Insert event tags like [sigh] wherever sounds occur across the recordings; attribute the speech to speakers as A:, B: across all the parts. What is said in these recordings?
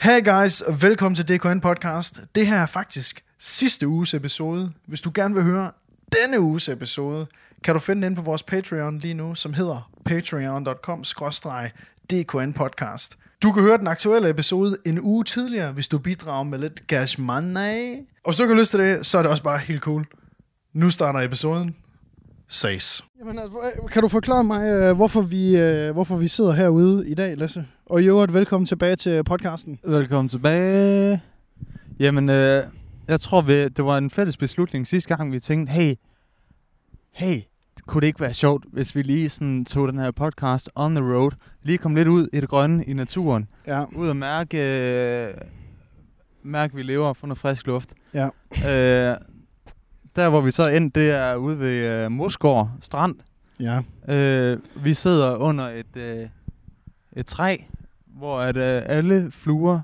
A: Hey guys, og velkommen til DKN Podcast. Det her er faktisk sidste uges episode. Hvis du gerne vil høre denne uges episode, kan du finde den inde på vores Patreon lige nu, som hedder patreon.com DKN Podcast. Du kan høre den aktuelle episode en uge tidligere, hvis du bidrager med lidt cash money. Og hvis du ikke har lyst til det, så er det også bare helt cool. Nu starter episoden. Ses. Jamen, altså, hvor- kan du forklare mig, øh, hvorfor vi, øh, hvorfor vi sidder herude i dag, Lasse? Og i øvrigt, velkommen tilbage til podcasten.
B: Velkommen tilbage. Jamen, øh, jeg tror, vi, det var en fælles beslutning sidste gang, vi tænkte, hey, hey, kunne det ikke være sjovt, hvis vi lige sådan tog den her podcast on the road, lige kom lidt ud i det grønne, i naturen,
A: Ja,
B: ud og mærke, øh, mærke vi lever og få noget frisk luft.
A: Ja.
B: Øh, der, hvor vi så endte, det er ude ved øh, Mosgård Strand.
A: ja.
B: Øh, vi sidder under et, øh, et træ, hvor at, øh, alle fluer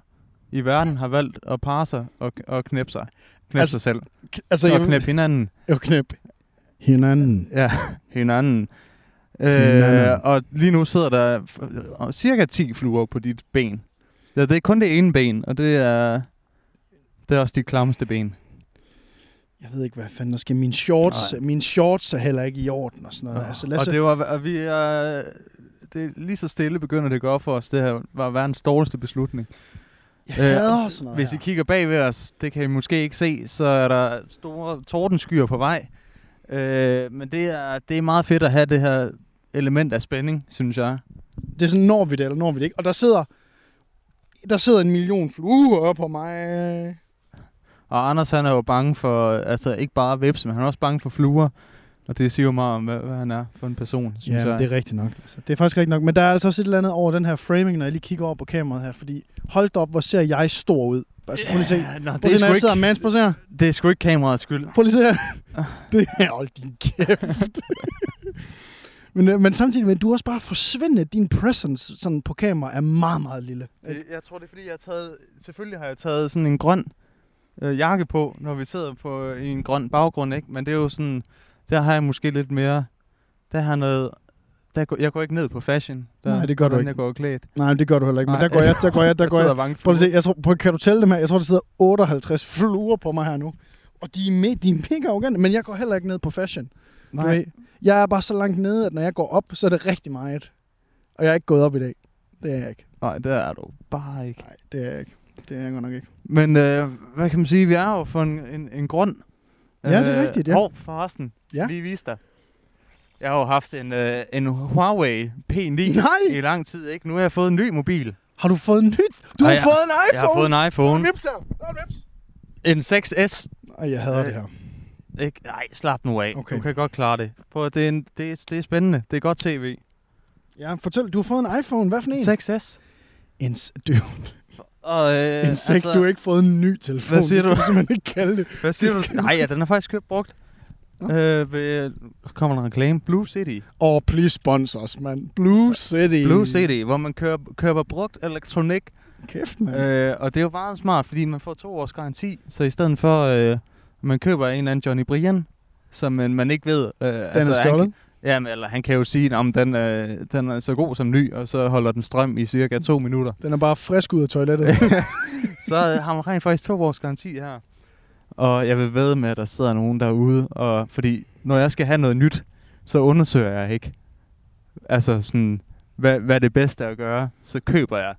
B: i verden har valgt at parre sig og, og knæppe sig. Knæppe
A: Altså,
B: altså, sig selv.
A: Altså,
B: og knæppe hinanden.
A: Jo, knep. Hinanden. [laughs]
B: Ja, hinanden.
A: Hinanden.
B: Øh, og lige nu sidder der f- øh, cirka 10 fluer på dit ben. Ja, det er kun det ene ben, og det er, det er også dit klammeste ben.
A: Jeg ved ikke, hvad fanden der sker. Mine shorts,
B: Nej.
A: mine shorts er heller ikke i orden og sådan noget. Altså,
B: og
A: Lasse,
B: det var, og vi er, det er lige så stille begynder det at gå op for os. Det her var verdens dårligste beslutning.
A: jeg
B: øh,
A: hader sådan noget
B: Hvis I
A: her.
B: kigger bag ved os, det kan I måske ikke se, så er der store tordenskyer på vej. Øh, men det er, det er meget fedt at have det her element af spænding, synes jeg.
A: Det er sådan, når vi det, eller når vi det ikke. Og der sidder, der sidder en million fluer på mig.
B: Og Anders han er jo bange for, altså ikke bare vips, men han er også bange for fluer. Og det siger jo meget om, hvad, hvad han er for en person, synes
A: Ja,
B: jeg.
A: men det er rigtigt nok. Altså. Det er faktisk rigtigt nok. Men der er altså også et eller andet over den her framing, når jeg lige kigger over på kameraet her. Fordi hold da op, hvor ser jeg stor ud. Altså, prøv lige at se.
B: Ja, nå,
A: Prøv
B: det,
A: lige
B: er
A: se, når jeg
B: sgu
A: sidder og
B: ikke,
A: mansposerer.
B: det er sgu ikke kameraets skyld.
A: Prøv lige at se her. Det er hold din kæft. men, øh, men samtidig med, at du også bare forsvinde. Din presence sådan på kamera er meget, meget lille.
B: Det- Jeg tror, det er fordi, jeg har taget... Selvfølgelig har jeg taget sådan en grøn øh, jakke på, når vi sidder på øh, i en grøn baggrund, ikke? Men det er jo sådan... Der har jeg måske lidt mere... Der har jeg noget... Der går, jeg går ikke ned på fashion. Der,
A: Nej, det gør du
B: hvordan
A: ikke.
B: Jeg går klædt.
A: Nej, men det gør du heller ikke. Men
B: Nej,
A: der går jeg, der går
B: [laughs]
A: jeg, der går
B: sidder
A: jeg.
B: og vanker
A: Prøv lige at
B: fluer.
A: se, jeg tror, prøv, kan du tælle dem her? Jeg tror, der sidder 58 fluer på mig her nu. Og de er, me, de er mega arrogante, men jeg går heller ikke ned på fashion. Du
B: Nej,
A: ved, jeg er bare så langt nede, at når jeg går op, så er det rigtig meget. Og jeg er ikke gået op i dag. Det er jeg ikke.
B: nej, der er du bare ikke.
A: Nej, det er jeg ikke. Det er jeg godt nok ikke.
B: Men øh, hvad kan man sige? Vi er jo for en, en, en grund.
A: Ja, det er rigtigt, ja.
B: Og forresten,
A: Ja.
B: ja. lige vise dig. Jeg har jo haft en, øh, en Huawei P9
A: Nej!
B: i lang tid, ikke? Nu har jeg fået en ny mobil.
A: Har du fået en nyt? Du
B: Ej,
A: har
B: jeg-
A: fået en iPhone!
B: Jeg har fået en
A: Der er en
B: iPhone.
A: vips her. Der er en vips.
B: En 6S.
A: Ej, jeg hader det her.
B: Ikke? Nej, slap nu af.
A: Okay.
B: Okay. Du kan godt klare det. Prøv, at- det, er en, det, er, det er spændende. Det er godt tv.
A: Ja, fortæl, du har fået en iPhone. Hvad for en?
B: 6S.
A: En, s- du,
B: Og, øh,
A: en 6. Altså, du har ikke fået en ny telefon.
B: Hvad siger
A: det skal
B: du?
A: simpelthen ikke kalde det.
B: Hvad siger du? Nej, ja, den er faktisk købt brugt.
A: Nå.
B: Øh, ved, kommer der en reklame? Blue City.
A: Og oh, please sponsor os, mand. Blue City.
B: Blue City, hvor man kører, køber brugt elektronik.
A: Kæft, mand. Øh.
B: Øh, og det er jo meget smart, fordi man får to års garanti. Så i stedet for, øh, at man køber en eller anden Johnny Brian, som man, man ikke ved... Øh,
A: Den altså, er
B: han,
A: stjålet.
B: jamen, eller han kan jo sige, at den, øh, den er så god som ny, og så holder den strøm i cirka to minutter.
A: Den er bare frisk ud af
B: [laughs]
A: toilettet.
B: så øh, har man rent faktisk to års garanti her. Og jeg vil ved med, at der sidder nogen derude, og, fordi når jeg skal have noget nyt, så undersøger jeg ikke, altså sådan, hvad, hvad det bedste er at gøre, så køber jeg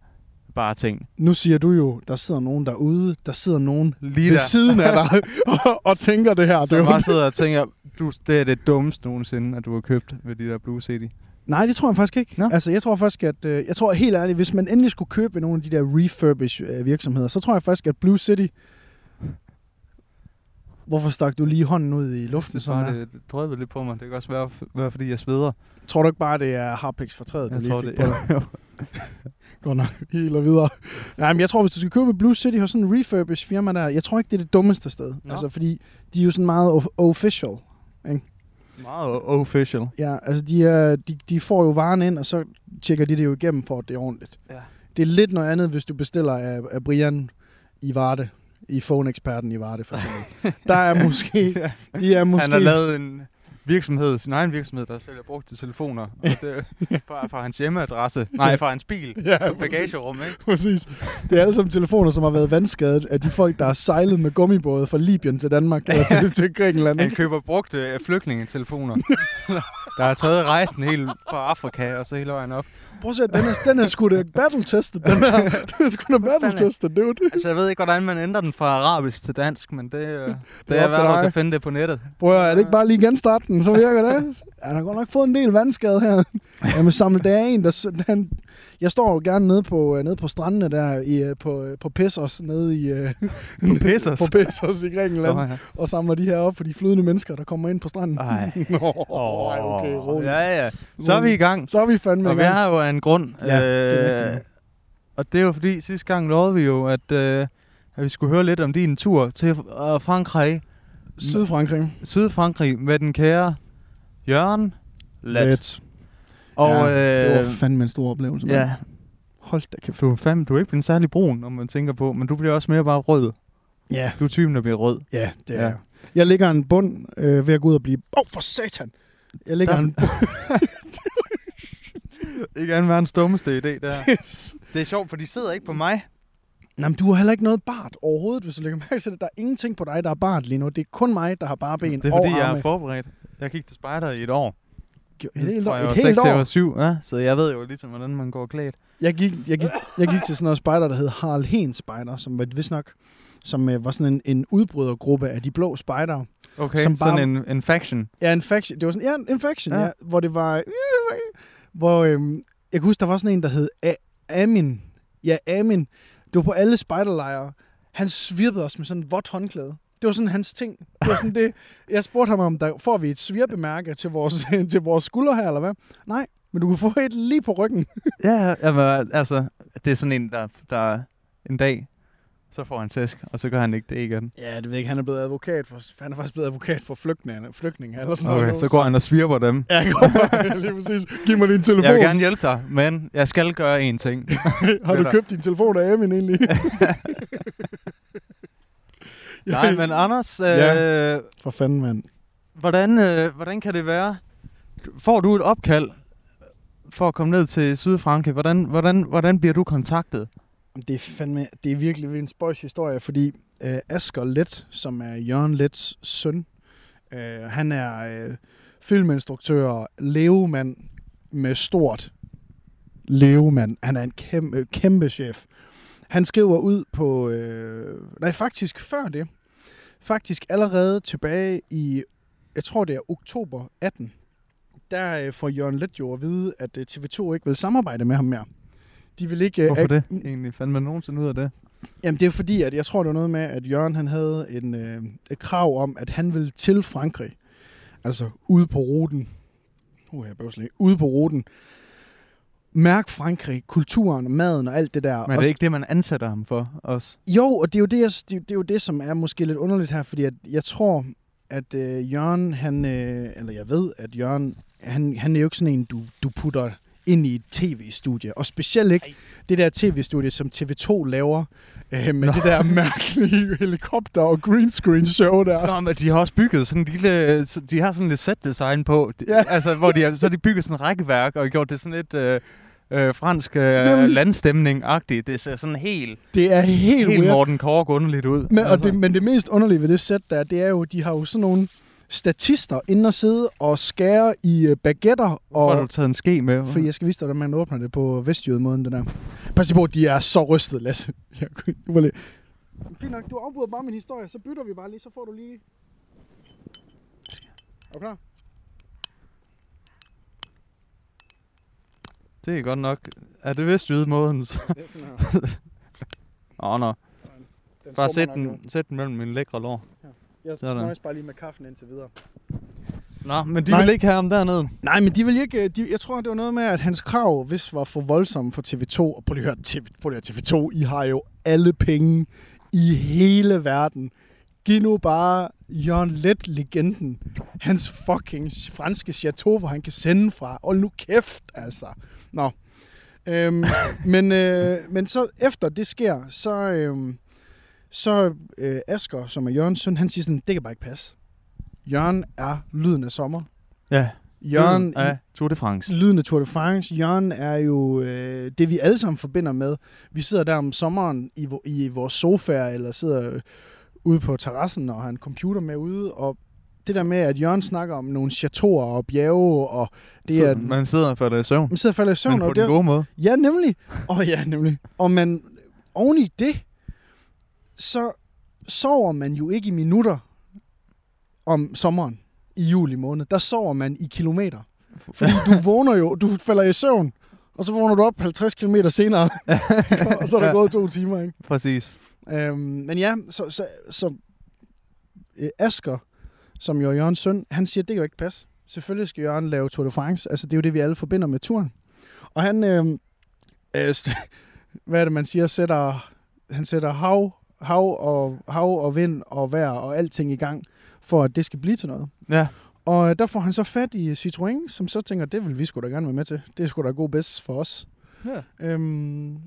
B: bare ting.
A: nu siger du jo, der sidder nogen derude. Der sidder nogen
B: Lige
A: ved
B: der.
A: siden af
B: [laughs]
A: dig og, og tænker det her. Det er
B: Så
A: jo
B: jeg bare sidder og tænker, du, det er det dummeste nogensinde, at du har købt ved de der Blue City.
A: Nej, det tror jeg faktisk ikke.
B: Nå.
A: Altså, jeg tror faktisk, at... Øh, jeg tror helt ærligt, hvis man endelig skulle købe ved nogle af de der refurbish øh, virksomheder, så tror jeg faktisk, at Blue City... Hvorfor stak du lige hånden ud i luften?
B: Det,
A: Sådan
B: var,
A: det.
B: det, det drøbede lidt på mig. Det kan også være, være fordi jeg sveder.
A: Tror du ikke bare, det er Harpix fra træet, du
B: Jeg
A: lige
B: tror
A: fik
B: det.
A: på dig?
B: [laughs]
A: Godt nok. Helt og videre. Nej, men jeg tror, hvis du skal købe ved Blue City hos sådan en refurbish firma der, jeg tror ikke, det er det dummeste sted.
B: Nå.
A: Altså, fordi de er jo sådan meget of- official.
B: Meget official.
A: Ja, altså de, er, de, de får jo varen ind, og så tjekker de det jo igennem for, at det er ordentligt.
B: Ja.
A: Det er lidt noget andet, hvis du bestiller af, af Brian i Varde, i phone-eksperten i Varde for eksempel. Der er måske, de er måske,
B: Han har lavet en, virksomhed, sin egen virksomhed, der sælger brugte telefoner.
A: [laughs]
B: Og det, fra, fra hans hjemmeadresse. Nej, fra hans bil.
A: [laughs] Ja,
B: Ja,
A: præcis.
B: bagagerum, ikke?
A: [laughs] Præcis. Det er alle sammen telefoner, som har været vandskadet af de folk, der har sejlet med gummibåde fra Libyen til Danmark eller til, til Grækenland.
B: Han
A: Ikke?
B: køber brugte
A: [laughs]
B: flygtningetelefoner, der har taget rejsen helt fra Afrika og så hele vejen op.
A: Prøv at se, den er, den er sgu da battle-tested, den her. Den er sgu da battle-tested, dude.
B: Altså, jeg ved ikke, hvordan man ændrer den fra arabisk til dansk, men det, øh, det, det er
A: op til
B: værd
A: dig.
B: at kan finde det på nettet.
A: Prøv at høre, er det ikke bare lige genstarte den, så virker det? Han har godt nok fået en del vandskade her. Jamen, samme der er en, der... s- Han, jeg står jo gerne nede på, øh, nede på strandene der, i, øh, på, øh, på Pissos, nede i... øh,
B: [laughs] På Pissers.
A: [laughs] på Pissos i Grækenland,
B: Nå,
A: [laughs]
B: ja.
A: og samler de her op for de flydende mennesker, der kommer ind på stranden.
B: Ej.
A: [laughs] Nå, ej, okay, rolig.
B: Ja, ja. Så er vi i gang.
A: Så er vi fandme i
B: Og vi
A: gang.
B: har jo af en grund. øh,
A: Ja, det er rigtigt.
B: og det er jo fordi, sidste gang lovede vi jo, at, øh, at vi skulle høre lidt om din tur til øh, Frankrig,
A: Sydfrankrig.
B: Sydfrankrig, med den kære Jørgen Lat.
A: Let.
B: Og,
A: ja,
B: øh,
A: det var fandme en stor oplevelse. mand.
B: ja,
A: Hold da kæft.
B: du er, fandme, du er ikke blevet særlig brun, når man tænker på, men du bliver også mere bare rød.
A: Ja,
B: Du er typen, der bliver rød.
A: ja det er
B: Ja.
A: jeg. Jeg ligger en bund øh, ved at gå ud og blive... Åh, oh, for satan! Jeg ligger
B: Der-
A: en bund.
B: Ikke andet verdens dummeste idé, det
A: [laughs]
B: her. [laughs] det er sjovt, for de sidder ikke på mig.
A: Nå, men du har heller ikke noget bart overhovedet, hvis du lægger mærke til det. Der er ingenting på dig, der er bart lige nu. Det er kun mig, der har bare ben
B: det er fordi,
A: og
B: jeg
A: arme.
B: er forberedt. Jeg gik til spejder i et år.
A: Et helt
B: Fra
A: år.
B: jeg var
A: Et helt
B: til jeg var
A: år.
B: 7, ja, så jeg ved jo ligesom, hvordan man går klædt.
A: Jeg gik, jeg, gik, jeg gik til sådan noget spejder, der hed Harald Hens Spejder, som var vist nok som øh, var sådan en, en udbrydergruppe af de blå spejdere.
B: Okay,
A: Som
B: Som
A: bare-
B: bare... sådan en, en faction.
A: Ja, en faction. Det var sådan, ja, en- en faction, ja.
B: Ja.
A: ja hvor det var... Hvor, øhm, jeg kan huske, der var sådan en, der hed A- Amin. Ja, Amin. Det var på alle spejderlejre. Han svirpede os med sådan en vådt håndklæde. Det var sådan hans ting. Det var sådan det. Jeg spurgte ham, om der får vi et svirpemærke til vores, [laughs] til vores skulder her, eller hvad? Nej, men du kunne få et lige på ryggen.
B: Ja, jamen, altså, det er sådan en, der, der en dag, så får han tæsk, og så gør han ikke det igen.
A: Ja, det ved jeg ikke. Han er blevet advokat for, han er faktisk blevet advokat for flygtninge, flygtninge eller sådan
B: Okay,
A: noget.
B: så går han og svirper dem.
A: Ja, [laughs] godt. lige præcis. Giv mig din telefon.
B: Jeg vil gerne hjælpe dig, men jeg skal gøre én
A: [laughs]
B: ting.
A: Har du
B: Peter.
A: købt din telefon af Amin egentlig?
B: [laughs]
A: [laughs]
B: Nej, men Anders, øh,
A: Ja. For fanden, mand.
B: hvordan, øh, hvordan kan det være? Får du et opkald for at komme ned til Sydfrankrig? Hvordan, hvordan, hvordan bliver du kontaktet?
A: Det er fandme, det er virkelig en spøjs historie, fordi øh, Asger Let, som er Jørgen Lets søn, øh, han er øh, filminstruktør og levemand med stort levemand. Han er en kæmpe, øh, kæmpe chef. Han skriver ud på, øh, nej faktisk før det, faktisk allerede tilbage i, jeg tror det er oktober 18, der øh, får Jørgen Let jo at vide, at øh, TV2 ikke vil samarbejde med ham mere. De vil ikke, øh,
B: Hvorfor det? Egentlig fandt man nogensinde ud af det.
A: Jamen det er fordi, at jeg tror det var noget med, at Jørgen han havde en, øh, et krav om, at han ville til Frankrig. Altså ude på ruten. Uh, jeg bøvser lige. Ude på ruten. Mærk Frankrig, kulturen og maden og alt det der.
B: Men er
A: Og-
B: det ikke det, man ansætter ham for også?
A: jo, og det er jo det, jeg, det, er- det er jo det, som er måske lidt underligt her, fordi at jeg tror, at øh, Jørgen, han, øh, eller jeg ved, at Jørgen, han, han er jo ikke sådan en, du, du putter ind i et tv-studie, og specielt ikke det der tv-studie, som TV2 laver, øh, med Nå. det der mærkelige helikopter og green screen show der.
B: Nå, men de har også bygget sådan en lille... så De har sådan lidt set-design på.
A: Ja.
B: Ja. Altså, hvor de har, så har de bygget sådan et rækkeværk, og gjort det sådan lidt øh, øh, fransk øh,
A: Nemlig.
B: landstemning-agtigt. Det ser sådan helt,
A: Det er helt,
B: helt,
A: weird.
B: Morten Kork underligt ud. Altså,
A: Men, og det, men det mest underlige ved det sæt der, det er jo, de har jo sådan nogle statister inde og sidde og skære i øh, baguetter
B: Hvorfor
A: og
B: har du taget en ske med?
A: Fordi jeg skal vise dig, hvordan man åbner det på vestjydemåden, den der. Pas lige på, de er så rystet, Lasse. [laughs] Jeg kunne- du var lige... Fint nok, du afbryder bare min historie, så bytter vi bare lige, så får du lige... Er du klar?
B: Det er godt nok... Er det vist jydemåden? så-
A: Det er sådan her.
B: Åh, [laughs] nå.
A: Den
B: Bare
A: står
B: sæt
A: mig nok
B: den, sæt den mellem mine lækre lår.
A: nu. Jeg
B: sådan.
A: nøjes bare lige med kaffen indtil videre.
B: Nå, men de
A: Nej.
B: vil ikke have ham dernede.
A: Nej, men de vil ikke... øh, De, jeg tror, det var noget med, at hans krav hvis var for voldsomme for TV2. Og prøv lige at høre, TV, prøv lige at høre, TV2, I har jo alle penge i hele verden. Giv nu bare Jørgen Let legenden hans fucking franske chateau, hvor han kan sende fra. Og nu kæft, altså. Nå. Øhm,
B: [laughs]
A: men, øh, men så efter det sker, så, øhm, så øh, Asger, som er Jørgens søn, han siger sådan, det kan bare ikke passe. Jørgen er lyden af sommer.
B: Ja.
A: Jørgen,
B: Lyden af Tour de France.
A: Lyden af Tour de France. Jørgen er jo øh, det, vi alle sammen forbinder med. Vi sidder der om sommeren i, vo- i vores sofaer, eller sidder øh, ude på terrassen og har en computer med ude. Og det der med, at Jørgen snakker om nogle chateauer og bjerge, og det er...
B: Så Man sidder for det i søvn.
A: Man sidder og falder i søvn.
B: Men
A: og
B: på
A: det,
B: den gode måde.
A: Ja, nemlig. [laughs] Åh oh, ja, nemlig. Og man, oven i det, så sover man jo ikke i minutter om sommeren i juli måned. Der sover man i kilometer. Fordi [laughs] du vågner jo, du falder i søvn, og så vågner du op 50 km [laughs] senere, og så er der
B: Ja.
A: gået to timer, ikke?
B: Præcis.
A: Øhm, men ja, så, så, så øh, Asger, som jo er Jørgens søn, han siger, det kan jo ikke passe. Selvfølgelig skal Jørgen lave Tour de France. Altså, det er jo det, vi alle forbinder med turen. Og han, øhm, øh, st- [laughs] hvad er det, man siger, sætter, han sætter hav, hav, og, hav og vind og vejr og alting i gang, for at det skal blive til noget.
B: Ja.
A: Og øh, der får han så fat i Citroën, som så tænker, det vil vi sgu da gerne være med til. Det er sgu da god bedst for os.
B: ja.
A: Øhm,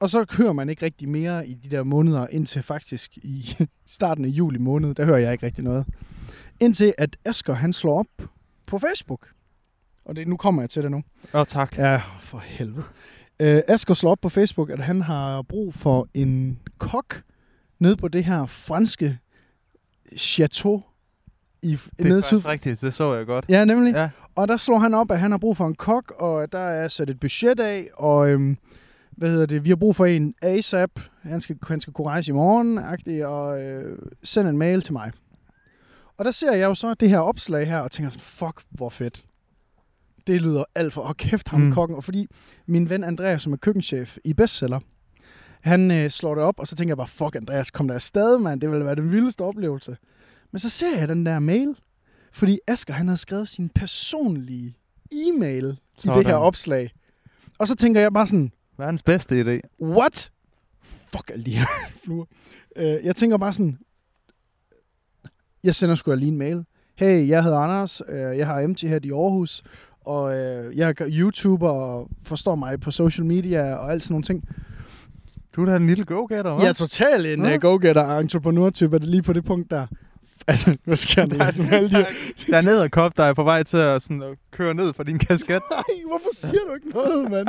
A: og så hører man ikke rigtig mere i de der måneder, indtil faktisk i [laughs] starten af juli måned, der hører jeg ikke rigtig noget. Indtil at Asger han slår op på Facebook. Og det, nu kommer jeg til det nu.
B: Og tak.
A: Ja, for helvede. Øh, Asger slår op på Facebook, at han har brug for en kok nede på det her franske chateau. I,
B: Det er
A: nede syd-
B: faktisk rigtigt. Det så jeg godt.
A: Ja, nemlig.
B: Ja.
A: Og der slår han op, at han har brug for en kok, og at der er sat et budget af, og øhm, hvad hedder det, vi har brug for en ASAP, han skal, han skal kunne rejse i morgen, agtig, og øh, send en mail til mig. Og der ser jeg jo så det her opslag her, og tænker, sådan, fuck, hvor fedt. Det lyder alt for, og kæft ham mm.
B: Mm.
A: kokken. Og fordi min ven Andreas, som er køkkenchef i bestseller, han øh, slår det op, og så tænker jeg bare, fuck Andreas, kom der afsted, mand. Det ville være den vildeste oplevelse. Men så ser jeg den der mail, fordi Asger, han havde skrevet sin personlige e-mail i det
B: Sådan.
A: her opslag. Og så tænker jeg bare sådan,
B: Verdens bedste idé.
A: what? Fuck alle de her [laughs] fluer. Øh, jeg tænker bare sådan, jeg sender sgu da lige en mail. Hey, jeg hedder Anders, øh, jeg har MT her i Aarhus, og øh, jeg er YouTuber og forstår mig på social media og alt sådan nogle ting.
B: Du er da en lille go-getter, hva'?
A: Jeg er totalt en
B: Nå.
A: uh, go-getter-entreprenør-type, er det lige på det punkt der. [laughs] Altså, hvad sker der? Ligesom, alle de...
B: Der er ned og kop, der er på vej til at, sådan, at køre ned for din
A: [laughs]
B: kasket.
A: Nej, hvorfor siger du ikke noget, mand?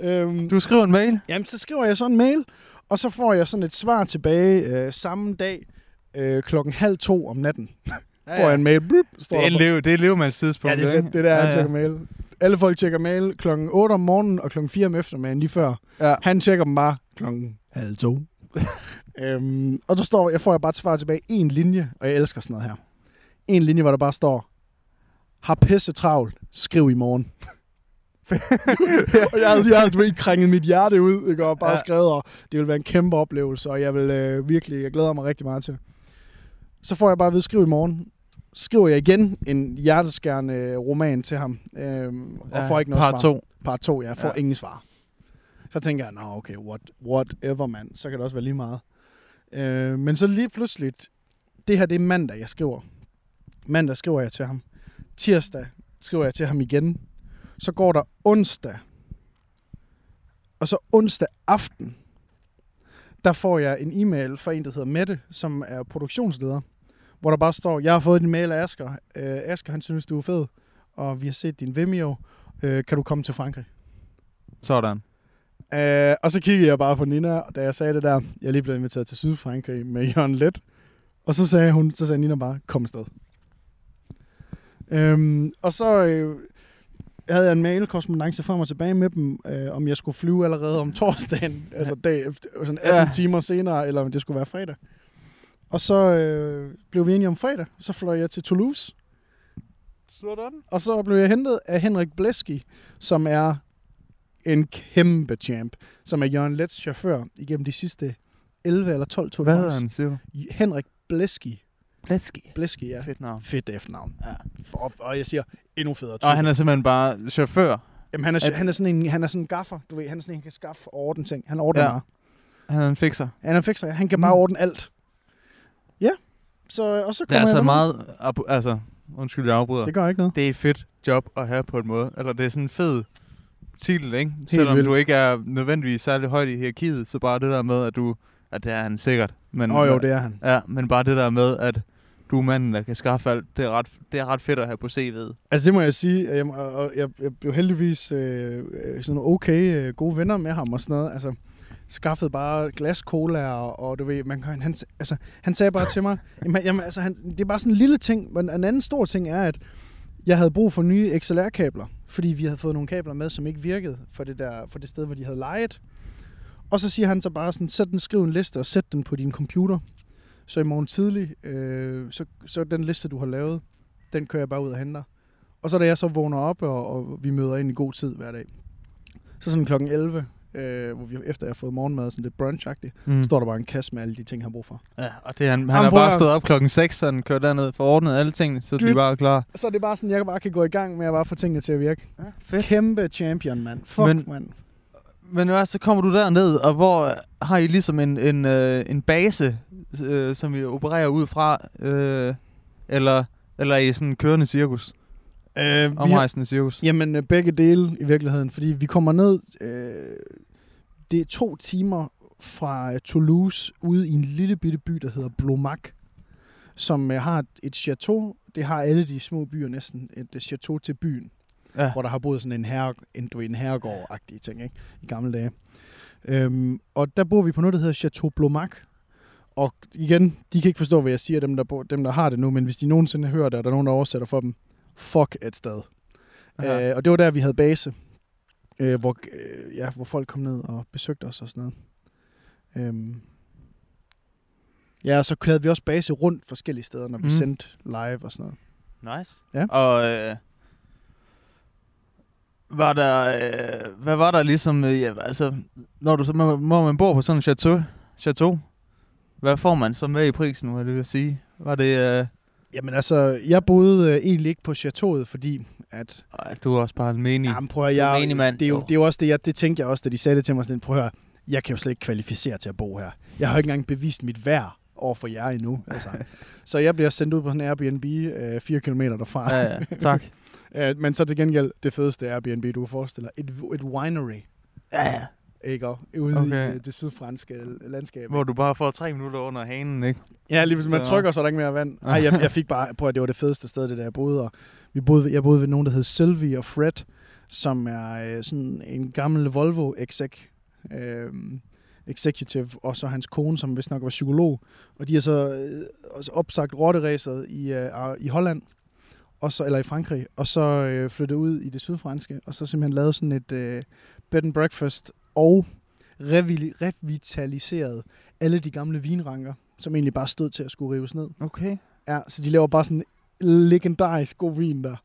A: øhm,
B: Du skriver en mail.
A: Jamen, så skriver jeg så en mail, og så får jeg sådan et svar tilbage øh, samme dag øh, klokken halv to om natten. Ja, ja. Får jeg en mail, blup, står
B: det er,
A: der
B: en
A: på.
B: leve, det er levemandstidspunkt.
A: Ja, det er fedt, det der, han tjekker mail. Alle folk tjekker mail klokken 8 om morgenen og klokken 4 om eftermiddagen lige før.
B: Ja.
A: Han tjekker dem bare klokken halv to. [laughs] øhm, og der står, jeg får jeg bare et svar tilbage, en linje, og jeg elsker sådan noget her. En linje, hvor der bare står, har pisse travlt, skriv i morgen. [laughs] og jeg havde, jeg havde virkelig krænget mit hjerte ud, ikke? og bare ja.
B: Ja.
A: skrevet, og det ville være en kæmpe oplevelse, og jeg vil øh, virkelig, jeg glæder mig rigtig meget til det. Så får jeg bare at vide, skriv i morgen. Skriver jeg igen en hjerteskærende øh, roman til ham, øh, og får ikke noget
B: Part
A: svar.
B: 2.
A: Part 2, jeg får ja.
B: Ja.
A: ingen svar. Så tænker jeg, nå okay, what, whatever mand, så kan det også være lige meget. Øh, men så lige pludselig, det her det er mandag, jeg skriver. Mandag skriver jeg til ham. Tirsdag skriver jeg til ham igen. Så går der onsdag. Og så onsdag aften, der får jeg en e-mail fra en, der hedder Mette, som er produktionsleder, hvor der bare står, jeg har fået din mail af Asger. Øh, Asger, han synes, du er fed, og vi har set din Vimeo. Øh, kan du komme til Frankrig?
B: Sådan.
A: Øh, og så kiggede jeg bare på Nina, og da jeg sagde det der, jeg er lige blevet inviteret til Sydfrankrig med Jørgen Let. Og så sagde hun, så sagde Nina bare, kom afsted. Øhm, og så øh, havde jeg en mailkorrespondence frem og tilbage med dem, øh, om jeg skulle flyve allerede om torsdagen, altså dag efter, sådan 18 ja.
B: Ja.
A: timer senere, eller om det skulle være fredag. Og så øh, blev vi enige om fredag, så fløj jeg til Toulouse,
B: Sådan.
A: og så blev jeg hentet af Henrik Bleski, som er en kæmpe champ, som er Jørgen Lets chauffør igennem de sidste 11 eller 12 Tour de
B: Hvad hedder
A: France.
B: han, siger du?
A: Henrik Bleski.
B: Bletski.
A: Bleski, ja.
B: Fedt navn.
A: Fedt efternavn.
B: Ja.
A: For, og jeg siger, endnu federe
B: Og
A: type.
B: han er simpelthen bare chauffør.
A: Jamen, han, er,
B: at-
A: han, er sådan en, han er sådan en gaffer, du ved. Han er sådan en, han kan skaffe og ordne ting. Han ordner
B: Ja.
A: bare.
B: Han er en fikser.
A: Han er fikser, han kan bare
B: Mm.
A: ordne alt. Ja, så, og så
B: Det
A: kommer
B: er altså
A: jeg
B: meget... abo- Altså, undskyld, jeg afbryder.
A: Det gør ikke noget.
B: det er et fedt job at have på en måde. Eller det er sådan en fed titel, ikke? Helt Selvom
A: vildt.
B: du ikke er nødvendigvis særlig højt i hierarkiet, så bare det der med, at du... At det er han sikkert. Men,
A: Åh oh, jo, det er han.
B: Ja, men bare det der med, at Du er manden, der kan skaffe alt. Det er ret, det er ret fedt at have på CV'et.
A: Altså det må jeg sige, at jeg, og- og jeg, jeg blev heldigvis øh, øh, sådan nogle okay øh, gode venner med ham og sådan noget. Altså, skaffede bare glas cola, og, og du ved, man kan, han, altså, han sagde bare til mig, [laughs] jamen, jamen, altså, han, det er bare sådan en lille ting, men en anden stor ting er, at jeg havde brug for nye XLR-kabler, fordi vi havde fået nogle kabler med, som ikke virkede for det, der, for det sted, hvor de havde lejet. Og så siger han så bare sådan, sæt den, skriv en liste og sæt den på din computer. Så i morgen tidlig, øh, så, så den liste, du har lavet, den kører jeg bare ud og henter. Og så da jeg så vågner op, og, og vi møder ind i god tid hver dag, så sådan klokken 11, øh, hvor vi, efter jeg har fået morgenmad, sådan lidt brunch mm.
B: Mm.
A: så står der bare en kasse med alle de ting, han har brug for.
B: Ja, og det, er han, han
A: Jamen,
B: har
A: prøv
B: bare
A: at-
B: stået op klokken 6, og han kørt derned, forordnet alle tingene, så de
A: Dyt.
B: bare er klar.
A: Så er det bare sådan, jeg bare kan gå i gang med at bare få tingene til at virke.
B: Ja, fedt.
A: Kæmpe champion, mand. Fuck,
B: Men-
A: Men... mand.
B: Men nu er- så kommer du derned, og hvor har I ligesom en, en, øh, en base, øh, som vi opererer ud fra? Øh, eller, eller er I sådan en kørende cirkus?
A: Øh, vi har,
B: Omrejsende cirkus?
A: jamen, øh, begge dele i virkeligheden, fordi vi kommer ned, øh, det er to timer fra øh, Toulouse, ude i en lille bitte by, der hedder Blomac, som øh, har et, et chateau. Det har alle de små byer næsten, et øh, chateau til byen.
B: Ja.
A: hvor der har boet sådan en, herre, en, du ved, en herregård-agtig ting ikke? i gamle dage. Øhm, og der bor vi på noget, der hedder Chateau Blomac. Og igen, de kan ikke forstå, hvad jeg siger, dem der, bor, dem der har det nu, men hvis de nogensinde hører det, og der er nogen, der oversætter for dem, fuck et sted.
B: Ja.
A: Ja. Øh, og det var der, vi havde base, øh, hvor, øh, ja, hvor folk kom ned og besøgte os og sådan noget. Øhm. Ja, og så havde vi også base rundt forskellige steder, når vi
B: Mm.
A: mm. sendte live og sådan noget.
B: Nice.
A: Ja.
B: Og øh, var der, øh, hvad var der ligesom, øh, ja, altså, når du så, må, må man bor på sådan en chateau, chateau, hvad får man så med i prisen, må jeg lige vil sige? Var det, øh,
A: Jamen altså, jeg boede øh, egentlig ikke på chateauet, fordi at
B: ej, du er også bare en menig.
A: Jamen, prøv at,
B: Du er
A: jeg,
B: menig mand.
A: det, er jo,
B: Jo.
A: det er jo også det, jeg, det tænkte jeg også, da de sagde det til mig sådan, prøv at høre, jeg kan jo slet ikke kvalificere til at bo her. Jeg har jo ikke engang bevist mit værd over for jer
B: [laughs]
A: endnu. Altså. så jeg bliver sendt ud på sådan en Airbnb øh, fire kilometer derfra.
B: Ja, ja, tak.
A: [laughs] Øh, Men så til gengæld, det fedeste Airbnb, du kan forestille dig, et, et winery,
B: [laughs] ja, ja.
A: ikke? Og Ude okay.
B: Okay.
A: i øh, det sydfranske landskab. ikke?
B: Hvor du bare får tre minutter under hanen, ikke?
A: Ja, lige hvis man
B: Så-
A: trykker, så er der ikke mere vand. Nej, jeg, jeg fik bare, prøv at det var det fedeste sted, det der jeg boede. Og vi boede ved- jeg boede ved nogen, der hed Sylvie og Fred, som er øh, sådan en gammel Volvo exec, øh, executive, og så hans kone, som vist nok var psykolog. Og de har så øh, også opsagt rotteræset i, øh, ar- i Holland, og så, eller i Frankrig, og så øh, flyttet ud i det sydfranske, og så simpelthen lavet sådan et øh, bed and breakfast, og revi- revitaliseret alle de gamle vinranker, som egentlig bare stod til at skulle rives ned.
B: Okay.
A: Ja, så de laver bare sådan en legendarisk god vin der.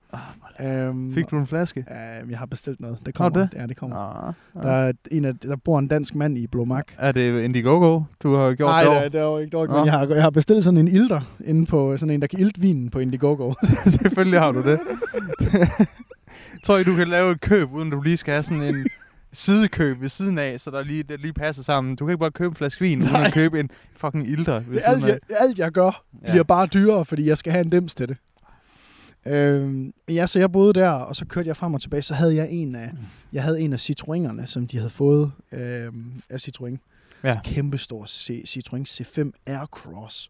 A: Øhm,
B: Fik du en flaske?
A: Øh, jeg har bestilt noget. Det
B: Har
A: kommer.
B: du det? Ah.
A: Ja, det kommer.
B: Nå.
A: Der, er en af, der bor en dansk mand i Blomac.
B: Er det Indiegogo, du har gjort
A: Nej,
B: det
A: det, er- det er jo ikke dårligt, men
B: Nå.
A: jeg har, jeg har bestilt sådan en ilter inde på sådan en, der kan ilte vinen på Indiegogo.
B: [laughs] Selvfølgelig har du det. Tror I, du kan lave et køb, uden du lige skal have sådan en sidekøb ved siden af, så der lige, det lige passer sammen. Du kan ikke bare købe en flaske vin, uden at købe en fucking ilter ved
A: Det er
B: siden
A: alt,
B: af.
A: jeg, alt, jeg gør,
B: Ja.
A: bliver bare dyrere, fordi jeg skal have en dims til det. Øhm, ja, så jeg boede der, og så kørte jeg frem og tilbage. Så havde jeg en af,
B: Mm.
A: jeg havde en af Citroenerne, som de havde fået øhm, af Citroën.
B: Ja.
A: Kæmpestor C- Citroën C5 Aircross.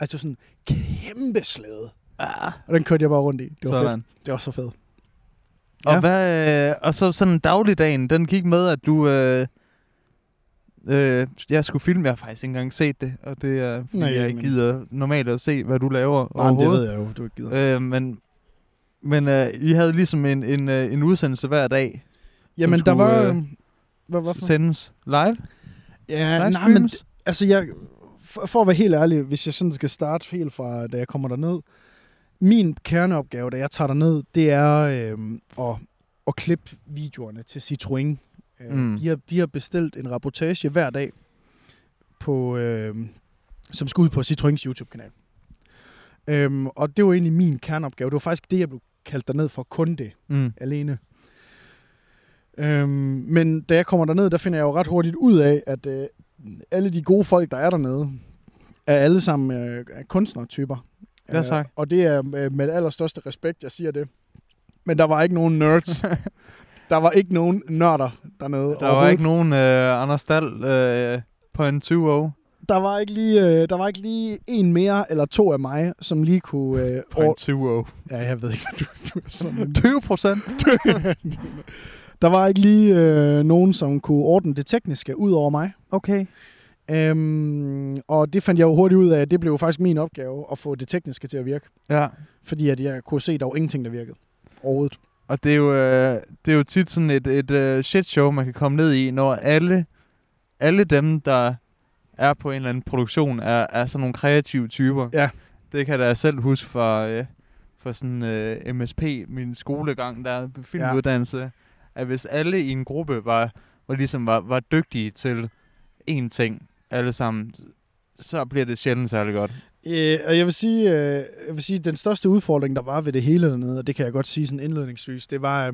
A: Altså sådan en kæmpe slæde.
B: Ah,
A: Og den kørte jeg bare rundt i. Det var
B: sådan.
A: fedt. Det var så fedt.
B: Og,
A: Ja.
B: hvad, øh, og så sådan dagligdagen, den gik med, at du... Øh, øh, jeg skulle filme, jeg har faktisk ikke engang set det, og det er, fordi
A: Nej,
B: Nej, jeg ikke
A: men-
B: gider normalt at se, hvad du laver
A: Nej, men det
B: overhovedet.
A: ved jeg jo, du ikke gider.
B: Øh, men men øh, I havde ligesom en, en, øh, en udsendelse hver dag,
A: Jamen, der
B: skulle,
A: var...
B: øh,
A: øhm, Hvad, hvorfor?
B: sendes live.
A: Ja,
B: live
A: nej, men
B: streams.
A: altså jeg, for, for at være helt ærlig, hvis jeg sådan skal starte helt fra, da jeg kommer derned, min kerneopgave, da jeg tager derned, det er øh, at, at klippe videoerne til Citroën. Øh,
B: Mm.
A: mm. de, har, de har bestilt en rapportage hver dag, på, øh, som skulle ud på Citroëns YouTube-kanal. Øhm, og det var egentlig min kerneopgave. Det var faktisk det, jeg blev kaldt derned for, kun det
B: Mm.
A: alene. Øhm, men da jeg kommer derned, der finder jeg jo ret hurtigt ud af, at øh, alle de gode folk, der er dernede, er alle sammen øh, er kunstnertyper.
B: Ja, tak.
A: Øh, og det er øh, med allerstørste respekt, jeg siger det. Men der var ikke nogen nerds. der var ikke nogen nørder dernede
B: Der var ikke nogen øh, Anders Dahl øh, på en 20
A: der var ikke lige øh, der var ikke lige en mere eller to af mig, som lige kunne... Øh, over... [laughs]
B: 20
A: Ja, jeg ved ikke, hvad du, du er sådan. en-
B: 20 procent?
A: Der var ikke lige øh, nogen, som kunne ordne det tekniske ud over mig.
B: Okay.
A: Øhm, og det fandt jeg jo hurtigt ud af, at det blev jo faktisk min opgave at få det tekniske til at virke.
B: Ja.
A: Fordi at jeg kunne se, at der var ingenting, der virkede overhovedet.
B: Og det er jo, øh, det er jo tit sådan et, et øh, shit show, man kan komme ned i, når alle, alle dem, der er på en eller anden produktion, er, er sådan nogle kreative typer.
A: Ja.
B: Det kan jeg da selv huske fra, øh, fra sådan øh, MSP, min skolegang, der er filmuddannelse, ja. at hvis alle i en gruppe var, var, ligesom var, var dygtige til én ting, alle sammen, så bliver det sjældent særlig godt.
A: Øh, og jeg vil sige, øh, jeg vil sige, den største udfordring, der var ved det hele dernede, og det kan jeg godt sige sådan indledningsvis, det var, øh,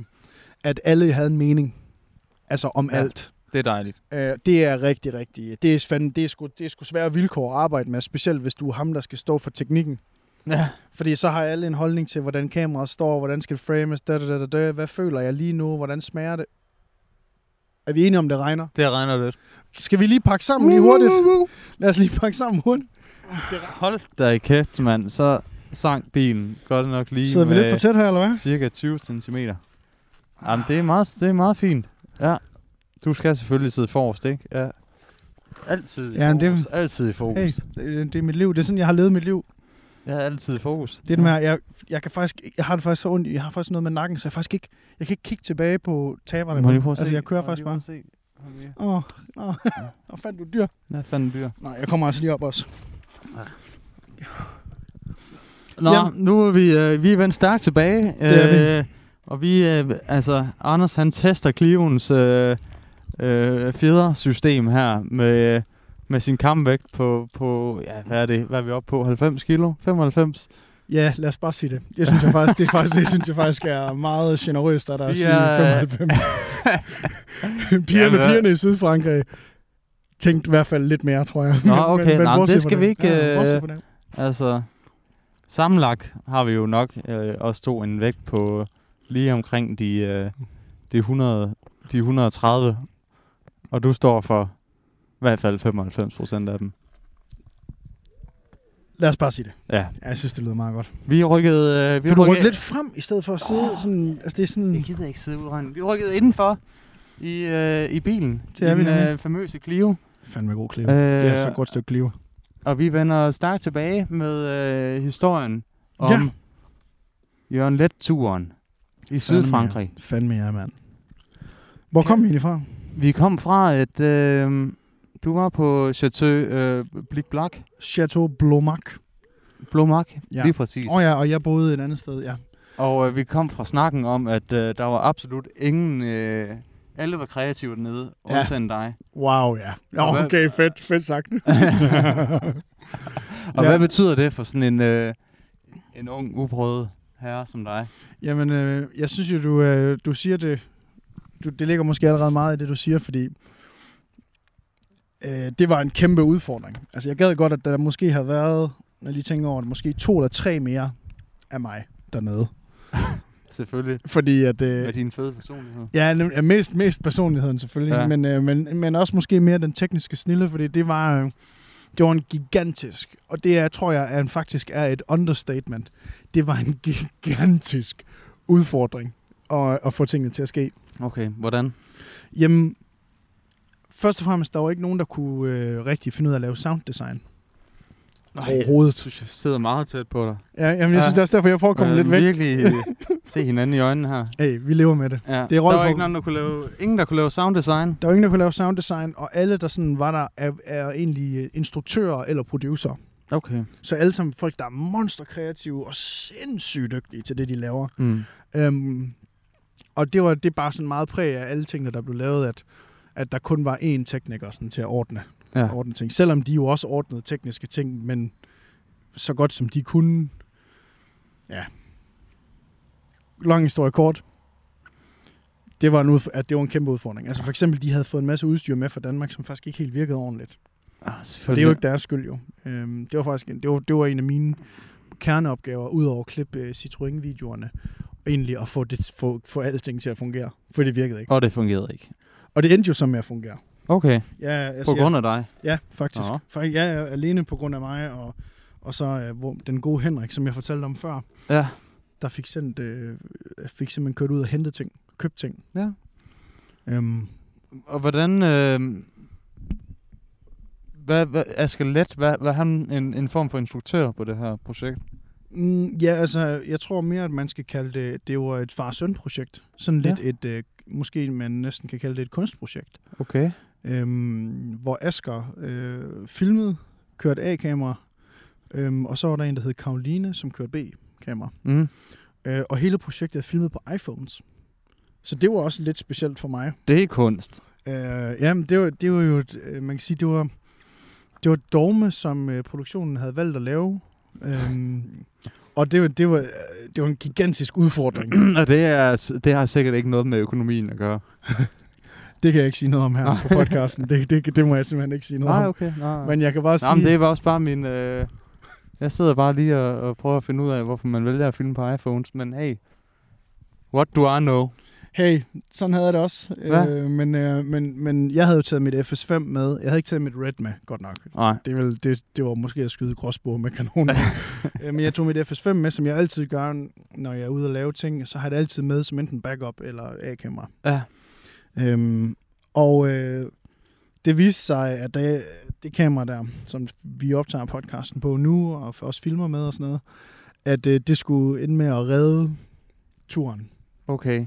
A: at alle havde en mening. Altså om
B: Ja.
A: ja. alt.
B: Det er dejligt.
A: Øh, det er rigtig, rigtig. Det er, fandme, det, er sgu, det er sgu svære vilkår at arbejde med, specielt hvis du er ham, der skal stå for teknikken.
B: Ja.
A: Fordi så har alle en holdning til, hvordan kameraet står, hvordan skal det frames, da, da, da, da, da. hvad føler jeg lige nu, hvordan smager det. Er vi enige om, det regner?
B: Det regner lidt.
A: Skal vi lige pakke sammen lige hurtigt? Lad os lige pakke sammen hurtigt.
B: Hold da i kæft, mand. Så sank bilen godt nok lige
A: Sidder vi
B: med
A: lidt for tæt her, eller hvad?
B: cirka 20 cm. Jamen, det er, meget, det er meget fint. Ja. Du skal selvfølgelig sidde forrest, ikke? Ja. Altid i
A: Ja, men det er-
B: fokus. Altid i fokus.
A: Hey, det, det er mit liv. Det er sådan, jeg har levet mit liv.
B: Jeg er altid i fokus.
A: Det er det med, at jeg, jeg, kan faktisk, jeg har det faktisk så ondt. i- Jeg har faktisk noget med nakken, så jeg faktisk ikke, jeg kan ikke kigge tilbage på taberne.
B: Må jeg lige prøve at se?
A: altså, jeg kører
B: Må
A: faktisk
B: lige
A: bare.
B: prøve at se? Kom lige.
A: Åh, [laughs] oh, oh, fandt du dyr.
B: Hvad fanden dyr?
A: Nej, jeg kommer altså lige op også.
B: Nå,
A: Ja.
B: nu er vi, øh, vi er vendt stærkt tilbage.
A: Det
B: øh, og vi, øh, altså, Anders han tester Clivens øh, øh, fjedersystem her med, med sin kampvægt på, på, ja, hvad er det, hvad er vi oppe på? 90 kilo? 95?
A: Ja, lad os bare sige det. Jeg synes, jeg faktisk, det, er faktisk, det synes jeg faktisk er meget generøst, at der er
B: Vi
A: ja.
B: er- [laughs] øh-
A: 95. pigerne,
B: Ja, men-
A: pigerne i Sydfrankrig tænkte i hvert fald lidt mere, tror jeg.
B: Nå, okay. Nå, men
A: bortset
B: det
A: fra
B: skal vi ikke,
A: Ja,
B: øh,
A: bortset fra det.
B: Altså, sammenlagt har vi jo nok øh, også to en vægt på lige omkring de, øh, de, 100, de 130. Og du står for i hvert fald 95 procent af dem.
A: Lad os bare sige det.
B: Ja,
A: Ja, jeg synes, det lyder meget godt.
B: vi rykkede... Øh, vi
A: Kan du
B: rykkede-
A: rykke lidt frem, i stedet for at sidde oh. sådan... Altså, det er sådan...
B: Jeg gider ikke sidde udregnet. Vi rykkede indenfor i, øh, i bilen.
A: Det er
B: I
A: vi
B: den
A: nemlig.
B: øh, famøse Clio.
A: Fandme god klive.
B: Øh,
A: det er så godt stykke klive.
B: Og vi vender stærkt tilbage med øh, historien om
A: Ja.
B: ja. Jørgen Let-turen i Sydfrankrig.
A: Fandme ja, mand. Hvor kom I egentlig fra?
B: Vi kom fra, at øh, du var på Chateau øh, Blic Blac,
A: Chateau Blomac.
B: Blomac,
A: Ja.
B: ja. lige præcis.
A: Åh oh, ja, og jeg boede et andet sted, ja.
B: Og øh, vi kom fra snakken om, at øh, der var absolut ingen... Øh, alle var kreative dernede,
A: Ja.
B: undtagen dig.
A: Wow, ja.
B: Og
A: Ja,
B: hvad-
A: Okay, fedt, fedt sagt.
B: Og
A: Ja.
B: ja. hvad betyder det for sådan en, øh, en ung, uprøvet herre som dig?
A: [laughs] Jamen, øh, jeg synes jo, du, øh, du siger det... Du, det ligger måske allerede meget i det, du siger, fordi... Øh, det var en kæmpe udfordring. Altså, jeg gad godt, at der måske havde været, når jeg lige tænker over det, måske to eller tre mere af mig dernede.
B: Selvfølgelig.
A: Fordi at...
B: Med
A: Øh,
B: din fede personlighed.
A: ja, nem- ja, mest, mest personligheden selvfølgelig, ja.
B: Ja.
A: men, øh, men, men også måske mere den tekniske snille, fordi det var... Øh, det var en gigantisk, og det er, tror jeg er en, faktisk er et understatement. Det var en gigantisk udfordring at, at få tingene til at ske.
B: Okay, hvordan?
A: Jamen, først og fremmest, der var ikke nogen, der kunne øh, rigtig finde ud af at lave sounddesign
B: jeg
A: overhovedet.
B: synes, jeg sidder meget tæt på dig.
A: Ja, jamen, jeg synes,
B: Ja.
A: det er også derfor, jeg prøver at komme lidt væk.
B: virkelig
A: [laughs]
B: øh, se hinanden i øjnene her.
A: Hey, vi lever med det.
B: Ja.
A: Det er
B: der var
A: Rolf-
B: ikke nogen, der kunne lave, ingen, der kunne lave sounddesign.
A: Der var ingen, der kunne lave sounddesign, og alle, der sådan var der, er, er egentlig øh, instruktører eller producer.
B: Okay.
A: Så alle sammen folk, der er monsterkreative og sindssygt dygtige til det, de laver.
B: Mm.
A: Øhm, og det var det er bare sådan meget præg af alle tingene, der blev lavet, at, at der kun var én tekniker sådan, til at ordne,
B: Ja.
A: ja. ordne ting. Selvom de jo også ordnede tekniske ting, men så godt som de kunne. Ja. Lang historie kort. Det var, en udf- at det var en kæmpe udfordring. Altså for eksempel, de havde fået en masse udstyr med fra Danmark, som faktisk ikke helt virkede ordentligt.
B: Ah,
A: Og
B: selvfølgelig.
A: det er jo ikke deres skyld jo. Øhm, det var faktisk en, det var, det var en af mine kerneopgaver, udover at klippe øh, Citroën-videoerne, egentlig at få, det, få, få alting til at fungere. For det virkede ikke.
B: Og det fungerede ikke.
A: Og det endte jo så med at fungere.
B: Okay,
A: Ja, jeg
B: på
A: siger-
B: grund af dig.
A: Ja, faktisk.
B: Nå.
A: For, ja, ja, alene på grund af mig, og, og så øh, hvor, den gode Henrik, som jeg fortalte om før,
B: Ja,
A: der fik, sendt, øh, fik simpelthen kørt ud og hentet ting, købt ting.
B: ja.
A: Øhm,
B: Og hvordan... Øh, hvad, hvad, Asger Let, hvad, hvad er han en, en form for instruktør på det her projekt?
A: mm, ja, altså, jeg tror mere, at man skal kalde det, det var et far-søn-projekt. Sådan
B: Ja.
A: lidt et, øh, måske man næsten kan kalde det et kunstprojekt.
B: Okay.
A: Øhm, hvor Asger øh, filmede, kørte A-kamera, øhm, og så var der en, der hed Karoline, som kørte B-kamera.
B: Mm.
A: Øh, og hele projektet er filmet på iPhones. Så det var også lidt specielt for mig.
B: Det er kunst.
A: Øh, jamen, det var, det var jo, et, øh, man kan sige, det var, det var et dogme, som øh, produktionen havde valgt at lave. Øhm, og det var, det, var, øh, det var en gigantisk udfordring.
B: [clears throat] og det, er, det har sikkert ikke noget med økonomien at gøre.
A: Det kan jeg ikke sige noget om her
B: [laughs]
A: på podcasten. Det, det, det må jeg simpelthen ikke sige noget
B: Nej,
A: om.
B: okay. Nej.
A: Men jeg kan bare sige...
B: Nå, men det var også bare min... Øh, jeg sidder bare lige og, og prøver at finde ud af, hvorfor man vælger at filme på iPhones, men hey, what do I know?
A: Hey, sådan havde jeg det også.
B: Hvad?
A: Øh, men, øh, men, men jeg havde jo taget mit FS5 med. Jeg havde ikke taget mit Red med, godt nok.
B: Nej.
A: Det, er vel, det, det var måske at skyde gråsbord med kanoner. Øh, men jeg tog mit FS5 med, som jeg altid gør, når jeg er ude og lave ting. Så har jeg det altid med som enten backup eller A-kamera.
B: Ja.
A: Øhm, og øh, det viste sig, at det, det kamera der, som vi optager podcasten på nu, og også filmer med og sådan noget, at øh, det skulle ende med at redde turen.
B: Okay.